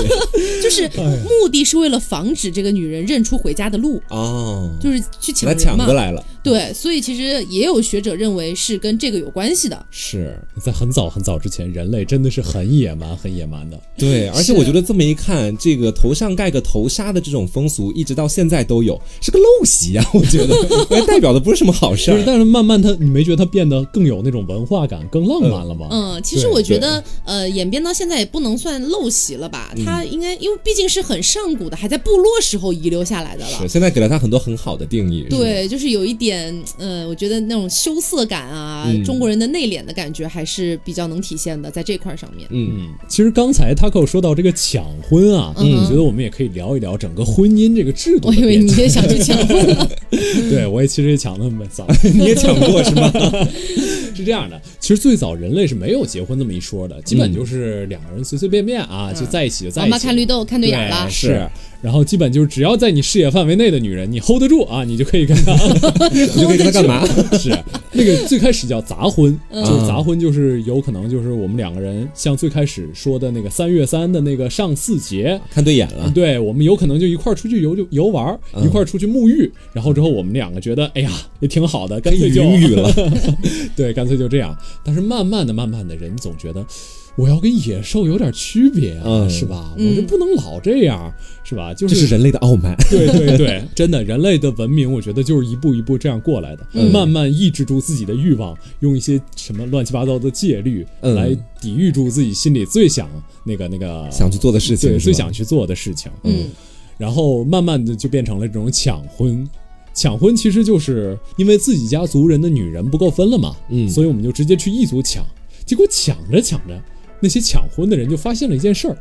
就是目的是为了防止这个女人认出回家的路，
哦，
就是去
把
抢
它抢
人嘛
过。来了，
对，所以其实也有学者认为是跟这个有关系的。
是
在很早很早之前，人类真的是很野蛮、很野蛮的。
对，而且
是
我觉得这么一看，这个头上盖个头纱的这种风俗，一直到现在都有，是个陋习啊！我觉得，我觉得代表的不是什么好 事
不是，
儿。
但是慢慢它，你没觉得它变得更有那种文化感、更浪漫了吗？
嗯，其实
对
我觉得，呃，演变到现在也不能算陋习了吧？它应该因为毕竟是很上古的，还在部落时候遗留下来的了。
是，现在给了他很多很好的定义。是吧，
对，就是有一点，呃，我觉得那种羞涩感啊，
嗯
中国人的内敛的感觉还是比较能体现的，在这块儿上面。
嗯，
其实刚才 Taco 说到这个抢婚啊，
嗯哼
我觉得我们也可以聊一聊整个婚姻这个制度
我
的
以为
变
你
化。
也想去抢婚了，
对我也其实也抢的很早，
你也抢过是吗？
是这样的。其实最早人类是没有结婚这么一说的，基本
嗯
就是两个人随随便便啊、就在一起就 在
老
一
妈
起
嗯看绿
了。
豆看对眼儿了，
是，然后基本就是只要在你视野范围内的女人，你 hold 得住啊，你就可以跟 她
你就可以跟他干嘛？
是那个最开始叫杂婚，
嗯
就是杂婚，就是有可能就是我们两个人像最开始说的那个三月三的那个上巳节。
看对眼 了，
对我们有可能就一块儿出去游就游玩儿，
嗯
一块儿出去沐浴，然后之后我们两个觉得，哎呀，也挺好的，干
可
脆
以
就
云雨 了。
对，干脆就这样。但是慢慢的、慢慢的，人总觉得我要跟野兽有点区别啊，
嗯
是吧？
嗯
我就不能老这样，是吧？就
这是人类的傲慢。
对对 对，真的，人类的文明，我觉得就是一步一步这样过来的，
嗯
慢慢抑制住自己的欲望，用一些什么乱七八糟的戒律、
嗯
来抵御住自己心里最想那个那个
想去做的事情
对，
是吧
最想去做的事情。
嗯，
然后慢慢的就变成了这种抢婚。抢婚其实就是因为自己家族人的女人不够分了嘛，
嗯
所以我们就直接去异族抢。结果抢着抢着，那些抢婚的人就发现了一件事儿，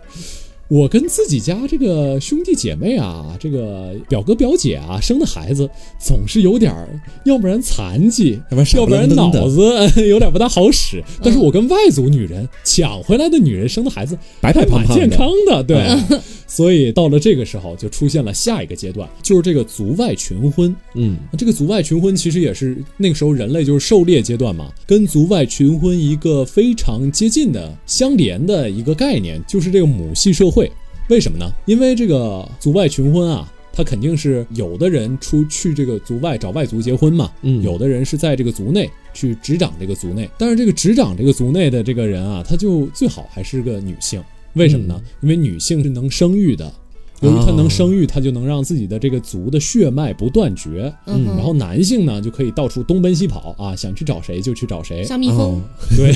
我跟自己家这个兄弟姐妹啊，这个表哥表姐啊，生的孩子总是有点儿，要不然残疾，
要不然傻
要不然
愣
脑
愣的嗯
子 有点不大好使。但是我跟外族女人抢回来的女人生的孩子，
白白胖
蛮
胖
健康
的，嗯
的，对。 所以到了这个时候，就出现了下一个阶段，就是这个族外群婚。
嗯，
这个族外群婚其实也是那个时候人类就是狩猎阶段嘛，跟族外群婚一个非常接近的相连的一个概念，就是这个母系社会。为什么呢？因为这个族外群婚啊，它肯定是有的人出去这个族外找外族结婚嘛，
嗯
有的人是在这个族内去执掌这个族内，但是这个执掌这个族内的这个人啊，他就最好还是个女性。为什么
嗯
呢？因为女性是能生育的，由于
啊
她能生育，她就能让自己的这个族的血脉不断绝。
嗯哼，
然后男性呢，就可以到处东奔西跑啊，想去找谁就去找谁。
像蜜蜂，
哦
对，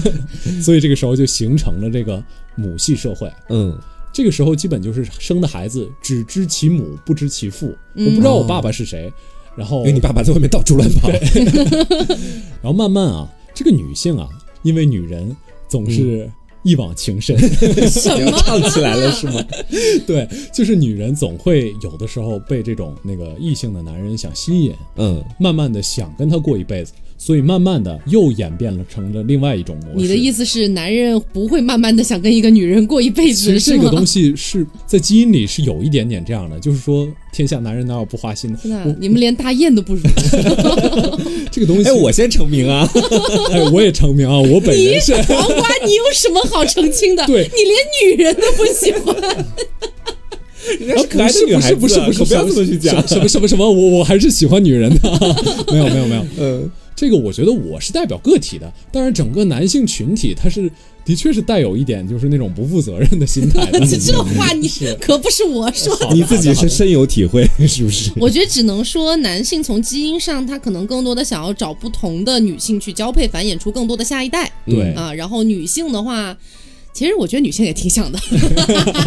所以这个时候就形成了这个母系社会。
嗯，
这个时候基本就是生的孩子只知其母不知其父，
嗯
我不知道我爸爸是谁。然后
因为你爸爸在外面到处乱跑，
然后慢慢啊，这个女性啊，因为女人总是一往情深，
什
你要
么？
唱起来了是吗？
对，就是女人总会有的时候被这种那个异性的男人想吸引，
嗯，
慢慢的想跟他过一辈子，所以慢慢的又演变了成了另外一种模式。
你的意思是，男人不会慢慢的想跟一个女人过一辈
其
子，
实
是
这个
吗？
东西是在基因里是有一点点这样的，就是说天下男人哪有不花心的？
真的，你们连大雁都不如，
这个东西，
哎，我先成名啊，
哎我 也成名啊，我本人是
黄瓜，你有什么好澄清的？
对
你连女人都不喜欢，。
人哦家是可爱的女
不
孩
是
子，
不是不是
可不要这么去讲，
什 么什么什么，我我还是喜欢女人的，没有没有没有，
嗯，
这个我觉得我是代表个体的，当然整个男性群体他是的确是带有一点就是那种不负责任的心态的
这这话你
嗯是
可不是我说的。
好的
你自己
好的
是深有体会， 是不是？
我觉得只能说，男性从基因上，他可能更多的想要找不同的女性去交配，繁衍出更多的下一代
嗯
对
啊。然后女性的话，其实我觉得女性也挺想的，
嗯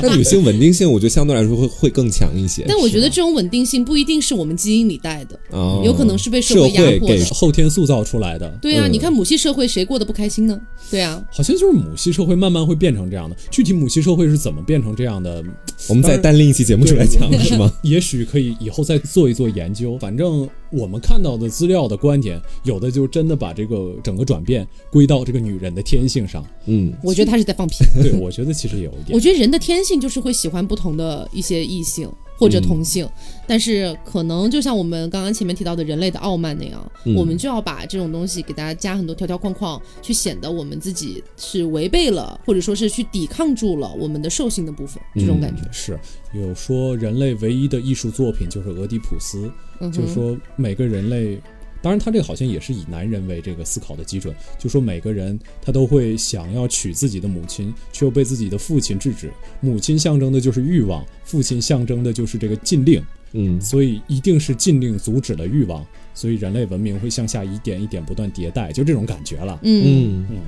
那女性稳定性，我觉得相对来说会会更强一些。
但我觉得这种稳定性不一定是我们基因里带的，
哦
有可能是被社
社
会压
会
迫
给
的。
后天塑造出来的，
对啊，
嗯
你看母系社会谁过得不开心呢？对啊，
好像就是母系社会慢慢会变成这样的。具体母系社会是怎么变成这样的，
我们再单拎一期节目出来讲
对
是吗？
也许可以以后再做一做研究。反正我们看到的资料的观点，有的就真的把这个整个转变归到这个女人的天性 上。
嗯，
我觉得他是在放屁。
对，我觉得其实也有一点
我。觉得人的天性就是会喜欢不同的一些异性或者同性，但是可能就像我们刚刚前面提到的人类的傲慢那样，
嗯
我们就要把这种东西给大家加很多条条框框，去显得我们自己是违背了，或者说是去抵抗住了我们的兽性的部分，这种感觉。
是有说人类唯一的艺术作品就是《俄狄浦斯》，
嗯
就是
哼，
说每个人类，当然他这个好像也是以男人为这个思考的基准，就说每个人他都会想要娶自己的母亲，却又被自己的父亲制止。母亲象征的就是欲望，父亲象征的就是这个禁令，
嗯，
所以一定是禁令阻止了欲望，所以人类文明会向下一点一点不断迭代，就这种感觉了。
嗯，
嗯，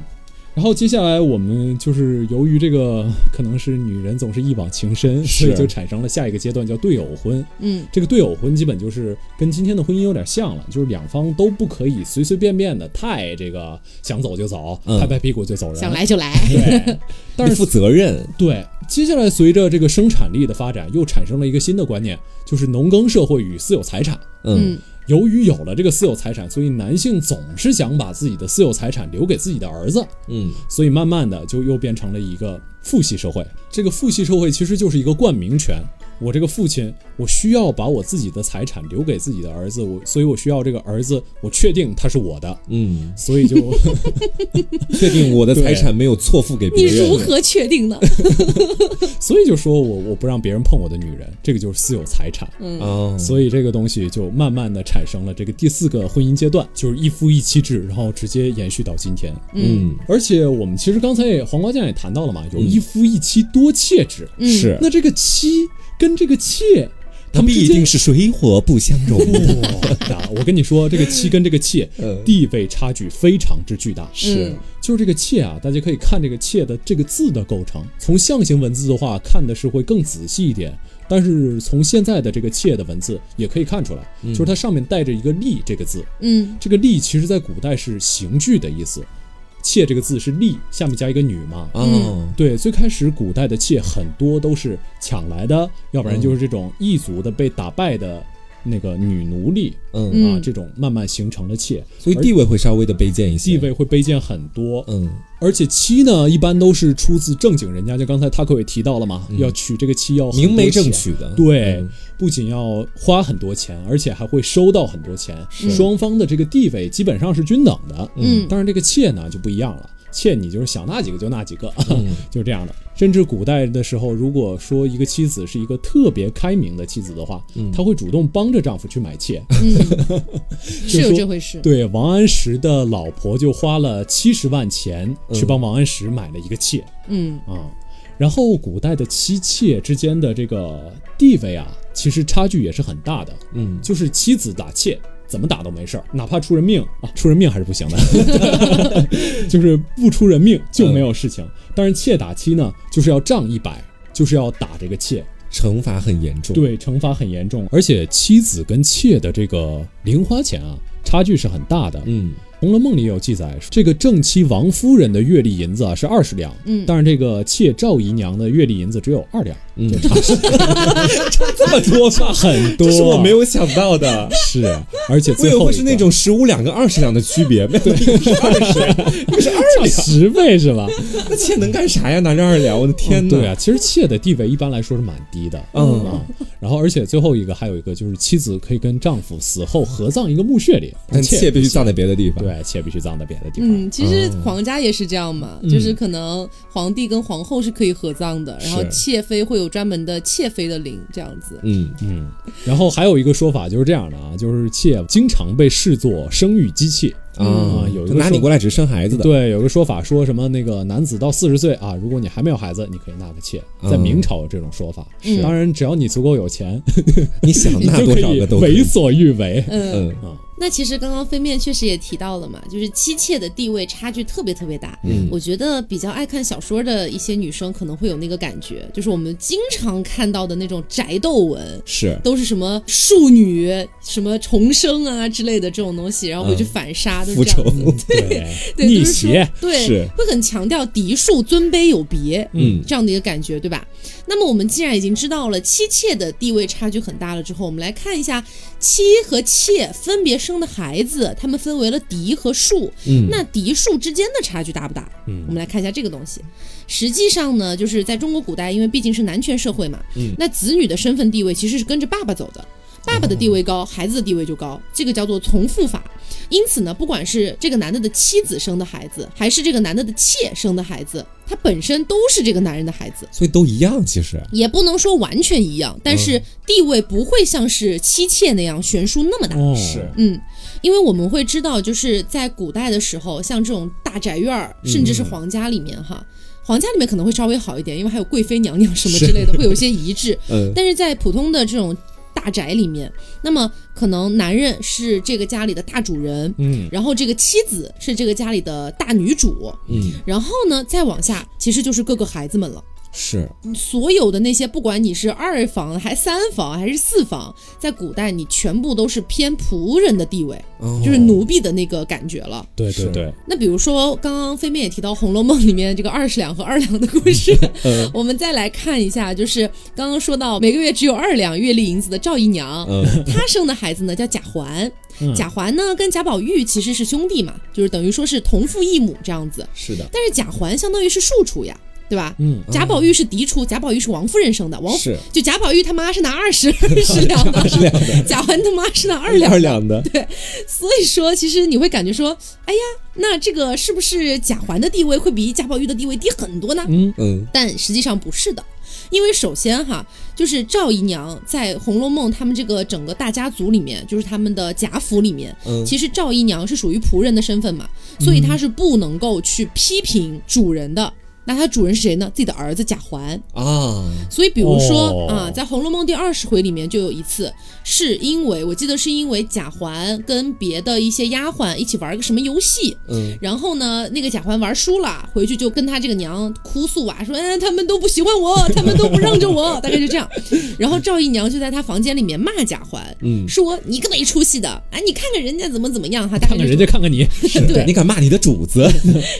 然后接下来我们就是由于这个可能是女人总是一往情深，
是
所以就产生了下一个阶段叫对偶婚。
嗯
这个对偶婚基本就是跟今天的婚姻有点像了，就是两方都不可以随随便便的太这个想走就走，
嗯
拍拍屁股就走人。
想来就来，
对，但是
得负责任，
对，接下来随着这个生产力的发展，又产生了一个新的观念，就是农耕社会与私有财产。
嗯
嗯，
由于有了这个私有财产，所以男性总是想把自己的私有财产留给自己的儿子。
嗯
所以慢慢的就又变成了一个父系社会。这个父系社会其实就是一个冠名权。我这个父亲，我需要把我自己的财产留给自己的儿子，我所以我需要这个儿子，我确定他是我的，
嗯，
所以就
确定我的财产没有错付给
你
别人。
如何确定呢？
所以就说我我不让别人碰我的女人，这个就是私有财产。
哦，
所以这个东西就慢慢的产生了这个第四个婚姻阶段，就是一夫一妻制，然后直接延续到今天。
嗯，
而且我们其实刚才也黄瓜酱也谈到了嘛，有一夫一妻多妾制，
嗯
是，
那这个妻跟这个妾，他
他
们
们
之
一
间
定是水火不相容。
哇我跟你说，这个妻跟这个妾
嗯
地位差距非常之巨大。嗯
是，
就是这个妾啊，大家可以看这个妾的这个字的构成，从象形文字的话看的是会更仔细一点，但是从现在的这个妾的文字也可以看出来，
嗯
就是它上面带着一个立这个字，
嗯
这个立其实在古代是刑具的意思。妾这个字是立，下面加一个女嘛。
哦，
对，最开始古代的妾很多都是抢来的，要
嗯
不然就是这种异族的被打败的那个女奴隶、
嗯，
嗯
啊，这种慢慢形成了妾，
所以地位会稍微的卑贱一些。
地，位会卑贱很多。
嗯
而且妻呢，一般都是出自正经人家，就刚才 Taco 也提到了嘛，
嗯
要娶这个妻要很多
明媒正
钱
娶的，
对
嗯
不仅要花很多钱，而且还会收到很多钱，
是
双方的这个地位基本上是均等的。
嗯
当然这个妾呢就不一样了。妾，你就是想纳几个就纳几个，
嗯
就是这样的。甚至古代的时候，如果说一个妻子是一个特别开明的妻子的话，
嗯
她会主动帮着丈夫去买 妾。
嗯，是有这回事。
对，王安石的老婆就花了七十万钱
嗯
去帮王安石买了一个妾
嗯
啊、然后古代的妻妾之间的这个地位啊，其实差距也是很大的。
嗯，
就是妻子打妾，怎么打都没事儿，哪怕出人命啊，出人命还是不行的， 就是不出人命就没有事情。但是妾打妻呢，就是要杖一百，就是要打这个妾，
惩罚很严重。，
对，惩罚很严重。而且妻子跟妾的这个零花钱啊，差距是很大的。
嗯
《红楼梦》里也有记载，这个正妻王夫人的月例银子啊是二十两，
嗯
但是这个妾赵姨娘的月例银子只有二两，
嗯
就差
这么多
差
吧，
很多，啊
这是我没有想到的。
是，
啊
而且
我以
最
为
后
会
一
是
个
那种十五两跟二十两的区别， 没有一个是二十，一个是二
差
两，
十倍是吧？
那妾能干啥呀？拿着二两，我的天
嗯
哪！
对啊，其实妾的地位一般来说是蛮低的，
嗯
啊，然后而且最后一个还有一个就是妻子可以跟丈夫死后合葬一个墓穴里，
但妾必须
葬
葬在别的地方。，
对，妾必须葬在别的地方。
嗯，其实
哦
皇家也是这样嘛，就是可能皇帝跟皇后是可以合葬的，然后
嗯是
妾妃会有专门的妾妃的陵这样子。
嗯，
嗯，然后还有一个说法就是这样的啊，就是妾经常被视作生育机器。
啊，
有一
就
个
拿你
说
过来只是生孩 子的。，
对，有个说法说什么那个男子到四十岁啊，如果你还没有孩子，你可以纳个妾。在
嗯
明朝有这种说法，
是
当然只要你足够有钱，
你想
你
纳
就
多
可
少
以
个都可
为
以。
所欲为。
嗯，
嗯
啊，
那其实刚刚封面确实也提到了嘛，就是妻妾的地位差距特别特别大。
嗯
我觉得比较爱看小说的一些女生可能会有那个感觉，就是我们经常看到的那种宅斗文，
是，
都是什么庶女、什么重生啊之类的这种东西，然后回去
嗯
反杀，都
复
是这
仇
样。，
对，
对，
逆
都是
袭
说，对，
是
会很强调嫡庶尊卑有别，
嗯
这样的一个感觉，对吧？那么我们既然已经知道了妻妾的地位差距很大了之后，我们来看一下妻和妾分别生的孩子，他们分为了嫡和庶。
嗯
那嫡庶之间的差距大不大？
嗯
我们来看一下这个东西。实际上呢，就是在中国古代，因为毕竟是男权社会嘛，
嗯
那子女的身份地位其实是跟着爸爸走的。爸爸的地位高，孩子的地位就高，这个叫做从父法。因此呢，不管是这个男的的妻子生的孩子，还是这个男的的妾生的孩子，他本身都是这个男人的孩子，
所以都一样，其实。
也不能说完全一样，但是地位不会像是妻妾那样悬殊那么大。
哦，
是
嗯，因为我们会知道，就是在古代的时候，像这种大宅院儿，甚至是皇家里面哈，皇家里面可能会稍微好一点，因为还有贵妃娘娘什么之类的，会有一些仪制。
嗯
但是在普通的这种大宅里面，那么可能男人是这个家里的大主人，
嗯，
然后这个妻子是这个家里的大女主，
嗯，
然后呢再往下，其实就是各个孩子们了。
是，
所有的那些，不管你是二房还三房还是四房，在古代你全部都是偏仆人的地位，
哦
就是奴婢的那个感觉了。
对对
是
对，
那比如说，刚刚飞面也提到《红楼梦》里面这个二十两和二两的故事，
嗯
我们再来看一下，就是刚刚说到每个月只有二两月例银子的赵姨娘，
嗯
她生的孩子呢叫贾环，
嗯
贾环呢跟贾宝玉其实是兄弟嘛，就是等于说是同父异母这样子。
是的，
但是贾环相当于是庶出呀，对吧？
嗯，
贾宝玉是嫡出，贾宝玉是王夫人生的，王
是
就贾宝玉他妈是拿二 十二十两的，
是两的，
贾环他妈是拿二两
二，两的，
所以说其实你会感觉说，哎呀，那这个是不是贾环的地位会比贾宝玉的地位低很多呢？
嗯
但实际上不是的，因为首先哈，就是赵姨娘在《红楼梦》他们这个整个大家族里面，就是他们的贾府里面，
嗯，
其实赵姨娘是属于仆人的身份嘛，所以她是不能够去批评主人的。那它主人是谁呢？自己的儿子贾环。
啊，
所以，比如说
哦
啊、在《红楼梦》第二十回里面就有一次，是因为我记得是因为贾环跟别的一些丫鬟一起玩个什么游戏，
嗯，
然后呢，那个贾环玩输了，回去就跟他这个娘哭诉啊，说，哎，他们都不喜欢 我，他们都不让着我，大概就这样。然后赵姨娘就在她房间里面骂贾环，
嗯
说你个没出息的，哎，你看看人家怎么怎么样哈，大概
看
就
看
是
人家看看你，
对
你敢骂你的主子？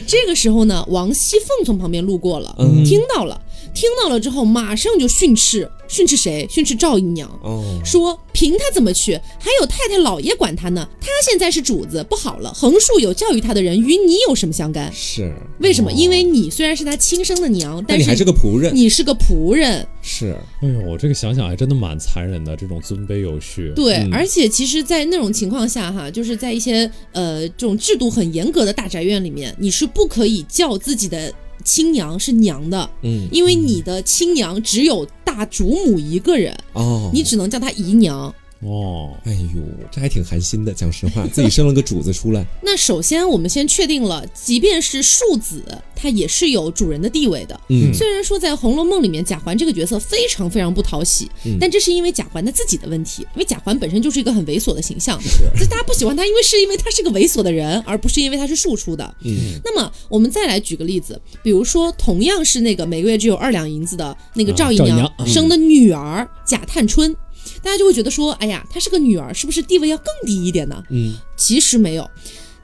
这个时候呢，王熙凤从旁边路过了，
嗯
听到了，听到了之后，马上就训斥，训斥谁？训斥赵姨娘，
哦，
说凭她怎么去？还有太太老爷管她呢，她现在是主子，不好了。横竖有教育她的人，与你有什么相干？
是，
为什么？因为你虽然是她亲生的娘，
但
但
你还是
是
个仆人，
你是个仆人，
是，
哎呦，我这个想想还真的蛮残忍的，这种尊卑嗯有序。
对，
嗯
而且其实，在那种情况下，哈，就是在一些呃这种制度很严格的大宅院里面，你是不可以叫自己的亲娘是娘的，
嗯，
因为你的亲娘只有大主母一个人，
哦，
你只能叫她姨娘。
哦，
哎呦，这还挺寒心的。讲实 话，自己生了个主子出来，
那首先我们先确定了，即便是庶子，她也是有主人的地位的。
嗯
虽然说在《红楼梦》里面，贾环这个角色非常非常不讨喜，
嗯
但这是因为贾环他自己的问题，因为贾环本身就是一个很猥琐的形象，就大家不喜欢他，因为是因为他是个猥琐的人，而不是因为他是庶出的。
嗯，
那么我们再来举个例子，比如说同样是那个每个月只有二两银子的那个
啊
赵姨
赵姨
娘
娘嗯
生的女儿贾探春，大家就会觉得说，哎呀，她是个女儿，是不是地位要更低一点呢？
嗯，
其实没有。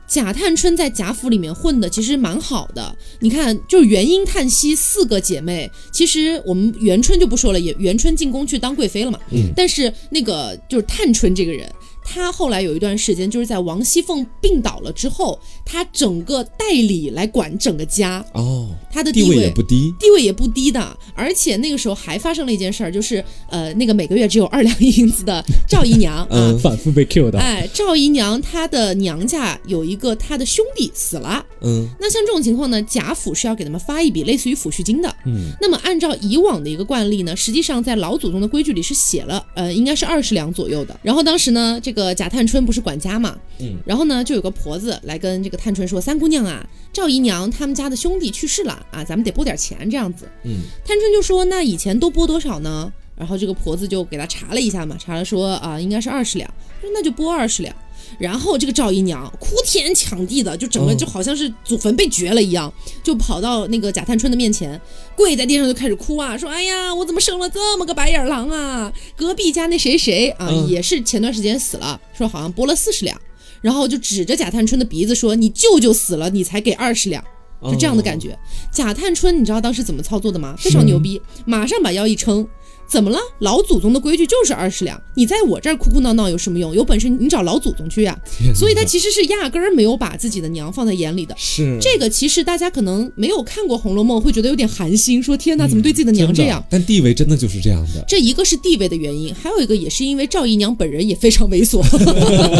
贾探春在贾府里面混的其实蛮好的，你看，就是元婴、叹息四个姐妹，其实我们元春就不说了，也元春进宫去当贵妃了嘛。
嗯
但是那个就是探春这个人，她后来有一段时间就是在王熙凤病倒了之后，她整个代理来管整个家，
哦，
她的
地
位
位也不低，
地位也不低的，而且那个时候还发生了一件事儿，就是呃，那个每个月只有二两银子的赵姨娘啊，
嗯
反复被 Q 的，
哎，赵姨娘她的娘家有一个她的兄弟死了，
嗯
那像这种情况呢，贾府是要给他们发一笔类似于抚恤金的。
嗯，
那么按照以往的一个惯例呢，实际上在老祖宗的规矩里是写了，呃，应该是二十两左右的。然后当时呢，这个贾探春不是管家嘛，
嗯，
然后呢就有个婆子来跟这个探春说：“三姑娘啊，赵姨娘他们家的兄弟去世了啊，咱们得拨点钱这样子。”
嗯，
探春就说：“那以前都拨多少呢？”然后这个婆子就给她查了一下嘛，查了说啊、应该是二十两，她说那就拨二十两。然后这个赵姨娘哭天抢地的，就整个
哦
就好像是祖坟被掘了一样，就跑到那个贾探春的面前，跪在地上就开始哭啊，说：“哎呀，我怎么生了这么个白眼狼啊？隔壁家那谁谁啊，
嗯
也是前段时间死了，说好像拨了四十两。”然后就指着贾探春的鼻子说：“你舅舅死了，你才给二十两。”
哦
就这样的感觉。贾探春，你知道当时怎么操作的吗？非常牛逼，马上把腰一撑。怎么了？老祖宗的规矩就是二十两，你在我这儿哭哭闹闹有什么用？有本事你找老祖宗去啊呀、
觉
所以他其实是压根儿没有把自己的娘放在眼里的。
是
这个其实大家可能没有看过《红楼梦》，会觉得有点寒心，说天哪，怎么对自己的娘这样？
但地位真的就是这样的，
这一个是地位的原因，还有一个也是因为赵姨娘本人也非常猥琐，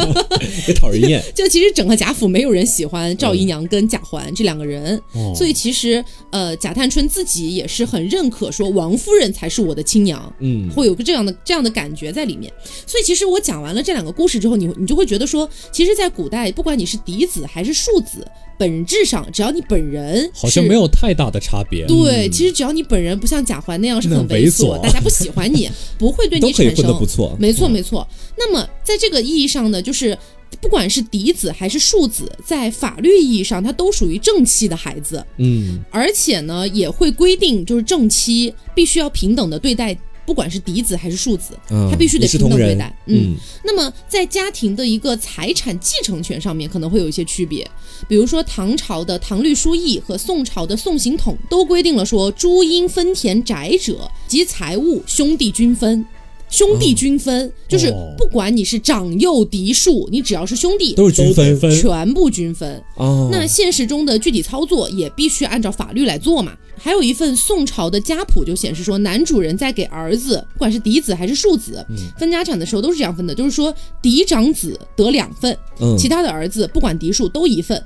也讨人厌。
就其实整个贾府没有人喜欢赵姨娘跟贾环这两个人，
哦
所以其实呃，贾探春自己也是很认可说王夫人才是我的亲娘，
嗯，
会有个这样的这样的感觉在里面。所以其实我讲完了这两个故事之后，你你就会觉得说，其实，在古代，不管你是嫡子还是庶子，本质上只要你本人
好像
是
没有太大的差别。
对，其实只要你本人不像贾环那样是很
那猥
猥
琐
大家不喜欢你，不会对
都
你
可以
产
混得
生
不错。
没错，没错。那么在这个意义上呢，就是不管是嫡子还是庶子，在法律意义上，他都属于正妻的孩子，
嗯
而且呢，也会规定就是正妻必须要平等的对待。不管是嫡子还是庶子，
嗯
他必须得
一视
平等
同
对
仁
待。嗯，
嗯
那么在家庭的一个财产继承权上面，可能会有一些区别。比如说，唐朝的《唐律疏议》和宋朝的《宋刑统》都规定了说，诸因分田宅者及财物，兄弟均分。兄弟均分，就是
哦
不管你是长幼嫡庶，你只要是兄弟，
都是均
都得
分
分
全部均分。
哦。
那现实中的具体操作也必须按照法律来做嘛。还有一份宋朝的家谱就显示说，男主人在给儿子，不管是嫡子还是庶子，分家产的时候都是这样分的，就是说嫡长子得两份，
嗯
其他的儿子不管嫡庶都一份，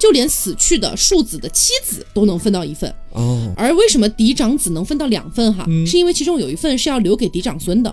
就连死去的庶子的妻子都能分到一份。
哦
而为什么嫡长子能分到两份哈，是因为其中有一份是要留给嫡长孙的，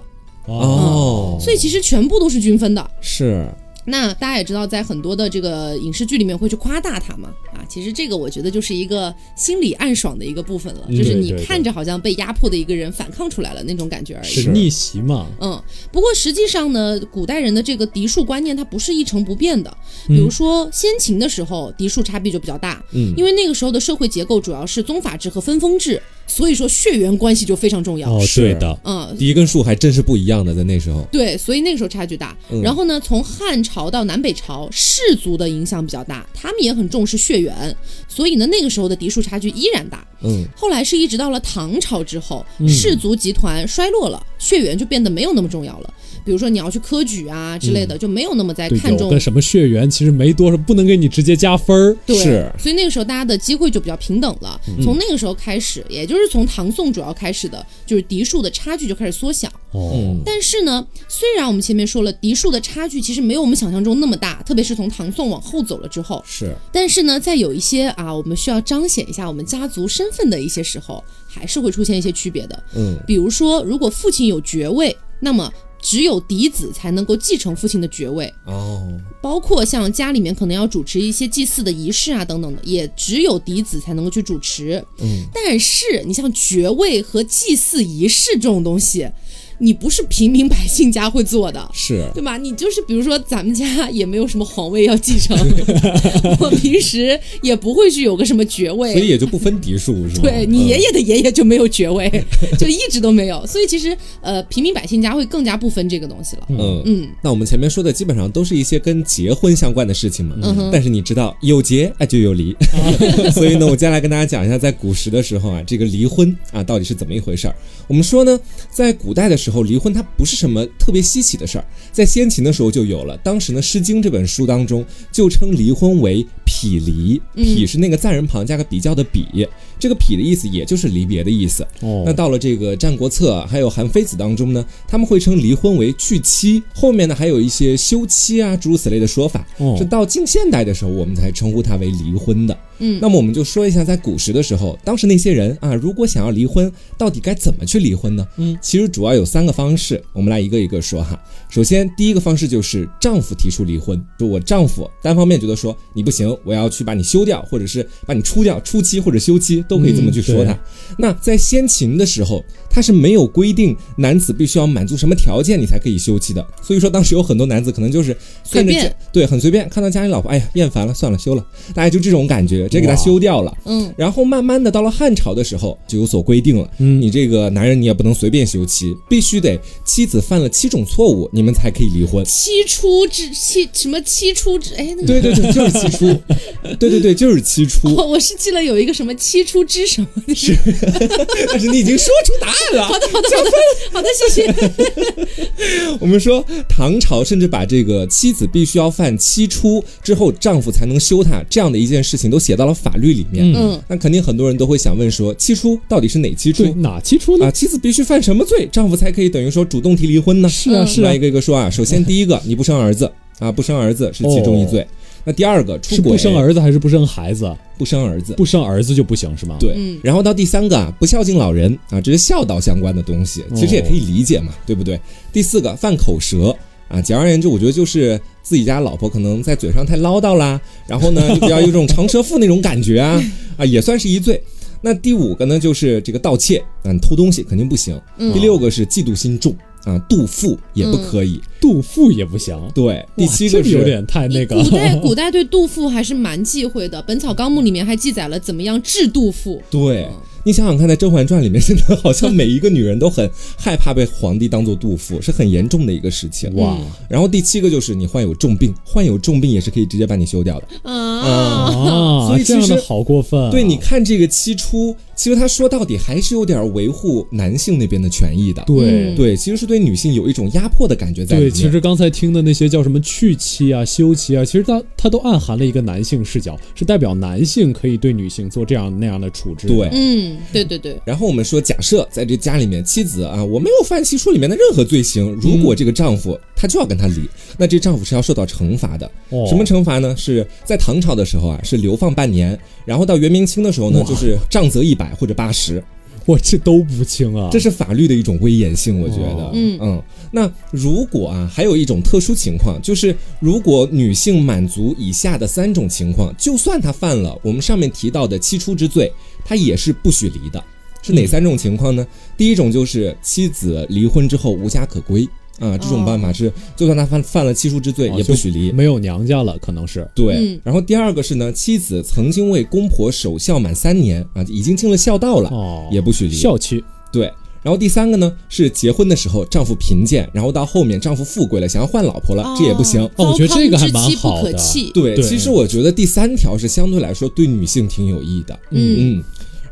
哦，
哦，
嗯所以其实全部都是均分的。
是
那大家也知道，在很多的这个影视剧里面会去夸大它嘛，啊，其实这个我觉得就是一个心理暗爽的一个部分了，
嗯
就是
对
你
对
看着好像被压迫的一个人反抗出来了那种感觉而已。
是逆袭嘛？
嗯，不过实际上呢，古代人的这个嫡庶观念它不是一成不变的。
嗯
比如说先秦的时候，嫡庶差别就比较大，
嗯
因为那个时候的社会结构主要是宗法制和分封制，所以说血缘关系就非常重要。
哦，
是
对的，
嗯，
嫡跟庶还真是不一样的，在那时候，
对，所以那个时候差距大。
嗯
然后呢，从汉朝到南北朝，氏族的影响比较大，他们也很重视血缘，所以呢，那个时候的嫡庶差距依然大。
嗯，
后来是一直到了唐朝之后，氏族集团衰落了，血缘就变得没有那么重要了。比如说你要去科举啊之类
嗯
的，就没有那么在
对，
看
有
重
个。什么血缘其实没多少，不能给你直接加分儿。
对，
是嗯
所以那个时候大家的机会就比较平等了。从那个时候开始，也就是从唐宋主要开始的，就是嫡庶的差距就开始缩小。
嗯
哦，
但是呢，虽然我们前面说了嫡庶的差距其实没有我们想象中那么大，特别是从唐宋往后走了之后，
是，
但是呢，在有一些啊，我们需要彰显一下我们家族身份的一些时候，还是会出现一些区别的。
嗯，
比如说，如果父亲有爵位，那么只有嫡子才能够继承父亲的爵位，
哦，
包括像家里面可能要主持一些祭祀的仪式啊等等的，也只有嫡子才能够去主持。
嗯，
但是你像爵位和祭祀仪式这种东西，你不是平民百姓家会做的。
是，
对吧？你就是比如说，咱们家也没有什么皇位要继 承，我平时也不会去有个什么爵位，
所以也就不分嫡庶，是吗？
对你爷
嗯
爷的爷爷就没有爵位， 就一直都没有。所以其实呃，平民百姓家会更加不分这个东西了。
嗯
嗯，
那我们前面说的基本上都是一些跟结婚相关的事情嘛，
嗯哼
但是你知道有结哎就有 离，所以呢，我接下来跟大家讲一下，在古时的时候啊，这个离婚啊到底是怎么一回事儿。我们说呢，在古代的时候，离婚它不是什么特别稀奇的事儿，在先秦的时候就有了。当时呢，《诗经》这本书当中就称离婚为匹离，
嗯
匹是那个赞人旁加个比较的比，这个匹的意思也就是离别的意思。
哦，
那到了这个《战国策》啊还有《韩非子》当中呢，他们会称离婚为去妻，后面呢还有一些休妻啊诸如此类的说法。
哦
是到近现代的时候，我们才称呼它为离婚的。
嗯
那么我们就说一下，在古时的时候，当时那些人啊，如果想要离婚，到底该怎么去离婚呢？嗯，其实主要有三个方式，我们来一个一个说哈。首先，第一个方式就是丈夫提出离婚，就我丈夫单方面觉得说你不行，我要去把你休掉，或者是把你出掉、出妻或者休妻，都可以这么去说他。
嗯
那在先秦的时候，他是没有规定男子必须要满足什么条件你才可以休妻的，所以说当时有很多男子可能就是
随
看着
便
家对很随便，看到家里老婆，哎呀厌烦了，算了休了，大概就这种感觉，直接给他休掉了。
嗯，
然后慢慢的到了汉朝的时候，就有所规定了，
嗯
你这个男人你也不能随便休妻，必须得妻子犯了七种错误，你们才可以离婚。
七出之七什么七出之哎那个。
对对对，就是七出，对对对，就是七出。
我我是记了有一个什么七出之什么，
但是你已经说出答案了。
好的好的好的好的谢
嗯
谢。
我们说唐朝甚至把这个妻子必须要犯七出之后，丈夫才能休她这样的一件事情都写到了法律里面。
嗯，
那肯定很多人都会想问说，七出到底是哪七出
对哪期出
啊？
呢？
妻子必须犯什么罪，丈夫才可以等于说主动提离婚呢？
是啊
嗯
是
来
啊
一，个一个说啊。首 先第一个，你不生儿子啊，不生儿子是其中一罪。那第二个，
哦
出
是
轨
不生儿子还是不生孩子？
不生儿子，
不生儿子就不行是吗？，
对。
嗯
然后到第三个啊，不孝敬老人啊，这是孝道相关的东西，
哦
其实也可以理解嘛，对不对？第四个，犯口舌。啊，简而言之，我觉得就是自己家老婆可能在嘴上太唠叨啦，然后呢，就比较有一种长舌妇那种感觉 啊，啊，也算是一罪。那第五个呢，就是这个盗窃，啊，你偷东西肯定不行。
嗯
第六个是嫉妒心重，啊，妒妇也不可以。
妒妇也不行。
对，
嗯
第
哇
七
这
个是
有点太那个
古代古代对杜甫还是蛮忌讳的，《本草纲目》里面还记载了怎么样治杜甫。
对
嗯，
你想想看，在《甄嬛传》里面，真的好像每一个女人都很害怕被皇帝当做杜甫，是很严重的一个事情。
哇
然后第七个就是你患有重病，患有重病也是可以直接把你休掉的。
啊，
啊
所以其
这
实
样的好过分啊。
对，你看这个七出，其实他说到底还是有点维护男性那边的权益的。
对
嗯
对，其实是对女性有一种压迫的感觉在里
对，
面。
其实刚才听的那些叫什么去妻啊、休妻啊，其实它它都暗含了一个男性视角，是代表男性可以对女性做这样那样的处置。
对。
嗯，对对对，
然后我们说，假设在这家里面，妻子啊，我没有犯七书里面的任何罪行，如
嗯
果这个丈夫他就要跟他离，那这丈夫是要受到惩罚的。
哦，
什么惩罚呢？是在唐朝的时候啊，是流放半年，然后到元明清的时候呢，
哇啊
就是杖责一百或者八十。
我这都不清啊。
这是法律的一种威严性，我觉得
哦。
嗯
那如果啊，还有一种特殊情况，就是如果女性满足以下的三种情况，就算她犯了我们上面提到的七出之罪，她也是不许离的。是哪三种情况呢？第一种就是妻子离婚之后无家可归啊，这种
哦
办法是，就算她犯犯了七出之罪，
哦
也不许离
就。没有娘家了，可能是
对，
嗯
然后第二个是呢，妻子曾经为公婆守孝满三年啊，已经尽了孝道了，
哦，
也不许离。
孝妻
对。然后第三个呢是结婚的时候丈夫贫贱，然后到后面丈夫富贵了，想要换老婆了，这也不行。
哦我觉得这个还蛮
糟糠之妻不
好的
可弃
对，
对
其实我觉得第三条是相对来说对女性挺有益的。
嗯
嗯，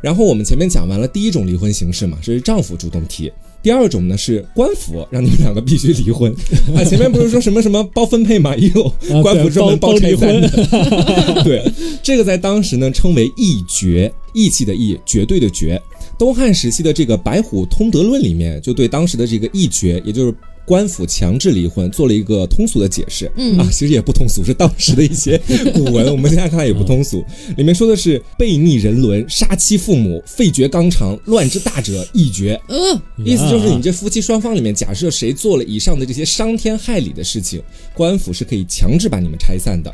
然后我们前面讲完了第一种离婚形式嘛，这是丈夫主动提。第二种呢是官府让你们两个必须离 婚啊，前面不是说什么什么包分配嘛，也有
啊
官府
对
专门
包
包
离
拆散
婚
的。 对，这个在当时呢称为义绝，义气的义，绝对的绝。东汉时期的这个《白虎通德论》里面，就对当时的这个义绝，也就是官府强制离婚，做了一个通俗的解释。
嗯
啊，其实也不通俗，是当时的一些古文，我们现在看来也不 通俗。里面说的是悖逆人伦，杀妻父母，废绝纲常，乱之大者，义绝。
呃，
意思就是，你这夫妻双方里面，假设谁做了以上的这些伤天害理的事情，官府是可以强制把你们拆散的。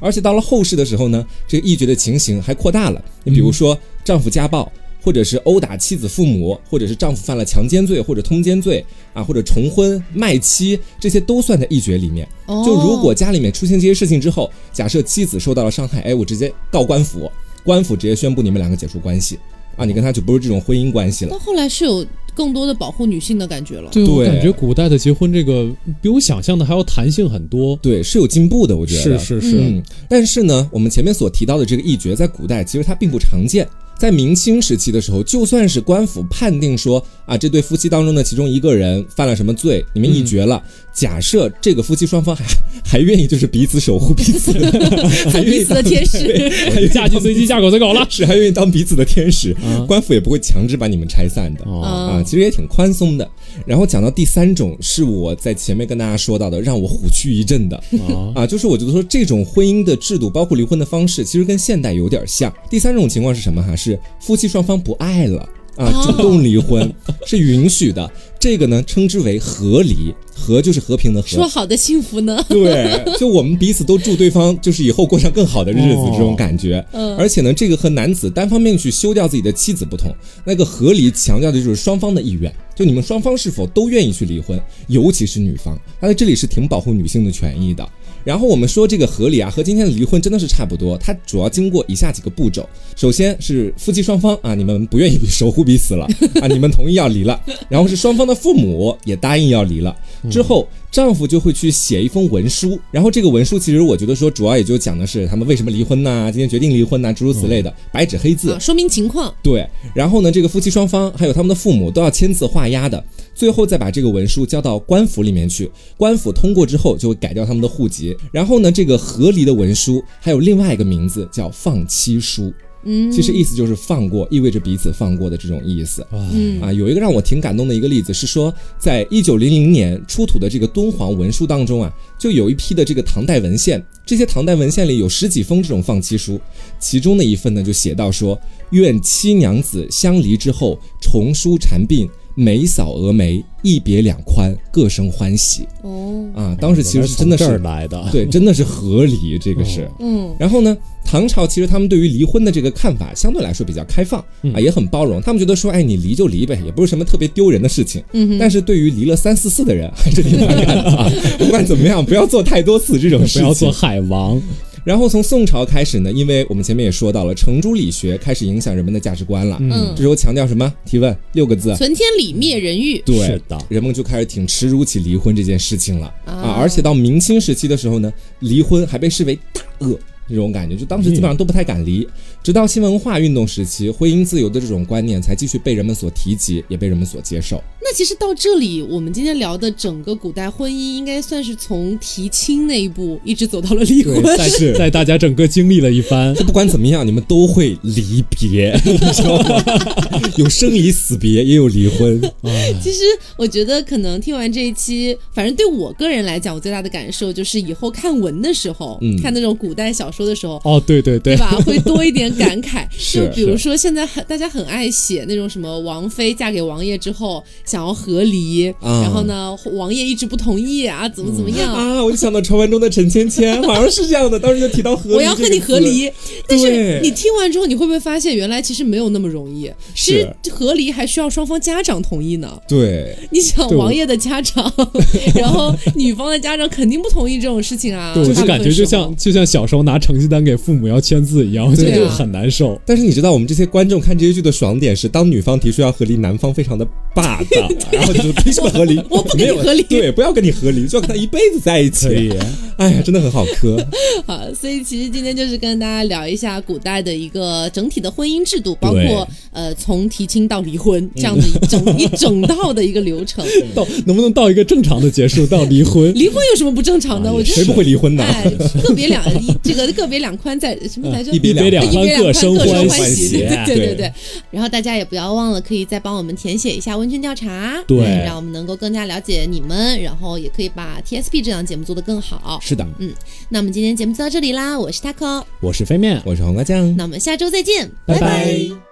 而且到了后世的时候呢，这个义绝的情形还扩大了。你
嗯
比如说，丈夫家暴，或者是殴打妻子父母，或者是丈夫犯了强奸罪或者通奸罪啊，或者重婚、卖妻，这些都算在义绝里面。
哦
就如果家里面出现这些事情之后，假设妻子受到了伤害，哎，我直接告官府，官府直接宣布你们两个解除关系啊，你跟他就不是这种婚姻关系了。
哦
到后来是有更多的保护女性的感觉了。
对我
对
感觉古代的结婚这个比我想象的还要弹性很多。
对，是有进步的，我觉
是
得
是
嗯
是，
嗯，但是呢，我们前面所提到的这个义绝，在古代其实它并不常见。在明清时期的时候，就算是官府判定说啊，这对夫妻当中的其中一个人犯了什么罪，你们义绝了，假设这个夫妻双方还 还愿意就是彼此守护彼此， 还愿
彼
意
此
当
的天使，
还愿意
嫁鸡随鸡，嫁狗随狗了。
是还愿意当彼此的天使，
啊
官府也不会强制把你们拆散的。
哦，
啊，
嗯
其实也挺宽松的。然后讲到第三种，是我在前面跟大家说到的，让我虎躯一震的，
啊
啊，就是我觉得说这种婚姻的制度，包括离婚的方式，其实跟现代有点像。第三种情况是什么哈？是夫妻双方不爱了。啊，
哦
主动离婚是允许的，这个呢称之为和离，和就是和平的
说
和，
好的幸福呢？
对，就我们彼此都祝对方就是以后过上更好的日子
哦
这种感觉。
嗯
而且呢，这个和男子单方面去休掉自己的妻子不同，那个和离强调的就是双方的意愿，就你们双方是否都愿意去离婚，尤其是女方，她在这里是挺保护女性的权益的。然后我们说这个和离啊，和今天的离婚真的是差不多，它主要经过以下几个步骤：首先是夫妻双方啊，你们不愿意守护彼此了啊，你们同意要离了；然后是双方的父母也答应要离了。之后，丈夫就会去写一封文书，然后这个文书其实我觉得说主要也就讲的是他们为什么离婚呐、今天决定离婚呐、诸如此类的，白纸黑字。
啊，说明情况。
对，然后呢，这个夫妻双方还有他们的父母都要签字画押的，最后再把这个文书交到官府里面去，官府通过之后就会改掉他们的户籍。然后呢，这个和离的文书还有另外一个名字叫放妻书，
嗯，
其实意思就是放过，意味着彼此放过的这种意思。
嗯
啊，有一个让我挺感动的一个例子是说，在一九零零年出土的这个敦煌文书当中啊，就有一批的这个唐代文献，这些唐代文献里有十几封这种放妻书，其中的一份呢就写到说，愿妻娘子相离之后，重梳蝉鬓，眉扫蛾眉，一别两宽，各生欢喜
哦，
啊。当时其实是真的
这儿
是，
来的，
对，真的是合理，这个是。
哦
嗯
然后呢，唐朝其实他们对于离婚的这个看法相对来说比较开放啊，也很包容。他们觉得说，哎，你离就离呗，也不是什么特别丢人的事情。
嗯哼
但是对于离了三四次的人， 还是挺反感的啊。不管怎么样，不要做太多次这种事
不
情。
要做海王。
然后从宋朝开始呢，因为我们前面也说到了，程朱理学开始影响人们的价值观了。
嗯
这，时候强调什么？提问六个字。
存天理灭人欲。
对，
是的
人们就开始挺耻辱起离婚这件事情了啊
啊！
而且到明清时期的时候呢，离婚还被视为大恶。这种感觉，就当时基本上都不太敢离，直到新文化运动时期，婚姻自由的这种观念才继续被人们所提及，也被人们所接受。
那其实到这里，我们今天聊的整个古代婚姻，应该算是从提亲那一步一直走到了离婚。
在
是
在大家整个经历了一番，
不管怎么样，你们都会离别， 你知道吗？有生离死别，也有离婚。
其实我觉得，可能听完这一期，反正对我个人来讲，我最大的感受就是以后看文的时候，
嗯
看那种古代小说的时 候，
哦，对对对
对，吧？会多一点感慨。
是
就比如说，现在很大家很爱写那种什么王妃嫁给王爷之后想要和离，
啊
然后呢，王爷一直不同意啊，怎么怎么样。
啊，我就想到传闻中的陈芊芊，好像是这样的，当时就提到和 离，
我要和你和。离，但
对
是你听完之后，你会不会发现原来其实没有那么容易？其实和离还需要双方家长同意呢。
对，
你想
对我
王爷的家长，然后女方的家长肯定不同意这种事情啊。
对，我
大
就
部
感
分
觉就
时候
像就像小时候拿成绩单给父母要签字一样，我觉得
对
就
啊
很难受。
但是你知道我们这些观众看这些剧的爽点是，当女方提出要和离，男方非常的霸 道，啊然后就说凭什么和离？
我我不跟你
没有
和离
对，不要跟你和离，就要跟他一辈子在一起。哎呀，真的很好磕。
好，所以其实今天就是跟大家聊一下古代的一个整体的婚姻制度，包括呃从提亲到离婚这样的一整、
嗯
一整套的一个 流程。
到能不能到一个正常的结束，到离婚？
离婚有什么不正常的？
啊
我觉
谁
得
不会离婚呢？
哎，个别两一这个个别两宽在什么来着？
一别
嗯一杯两
一
宽
别
各
两宽
生
各
欢
生
喜
喜，对对
对
对对。然后大家也不要忘了，可以再帮我们填写一下问卷调查，
对
嗯让我们能够更加了解你们，然后也可以把 TSP 这档节目做得更好。
是的，
那我们今天节目就到这里啦，我是 Taco，
我是飞面，
我是黄瓜酱，
那我们下周再见，
拜
拜
拜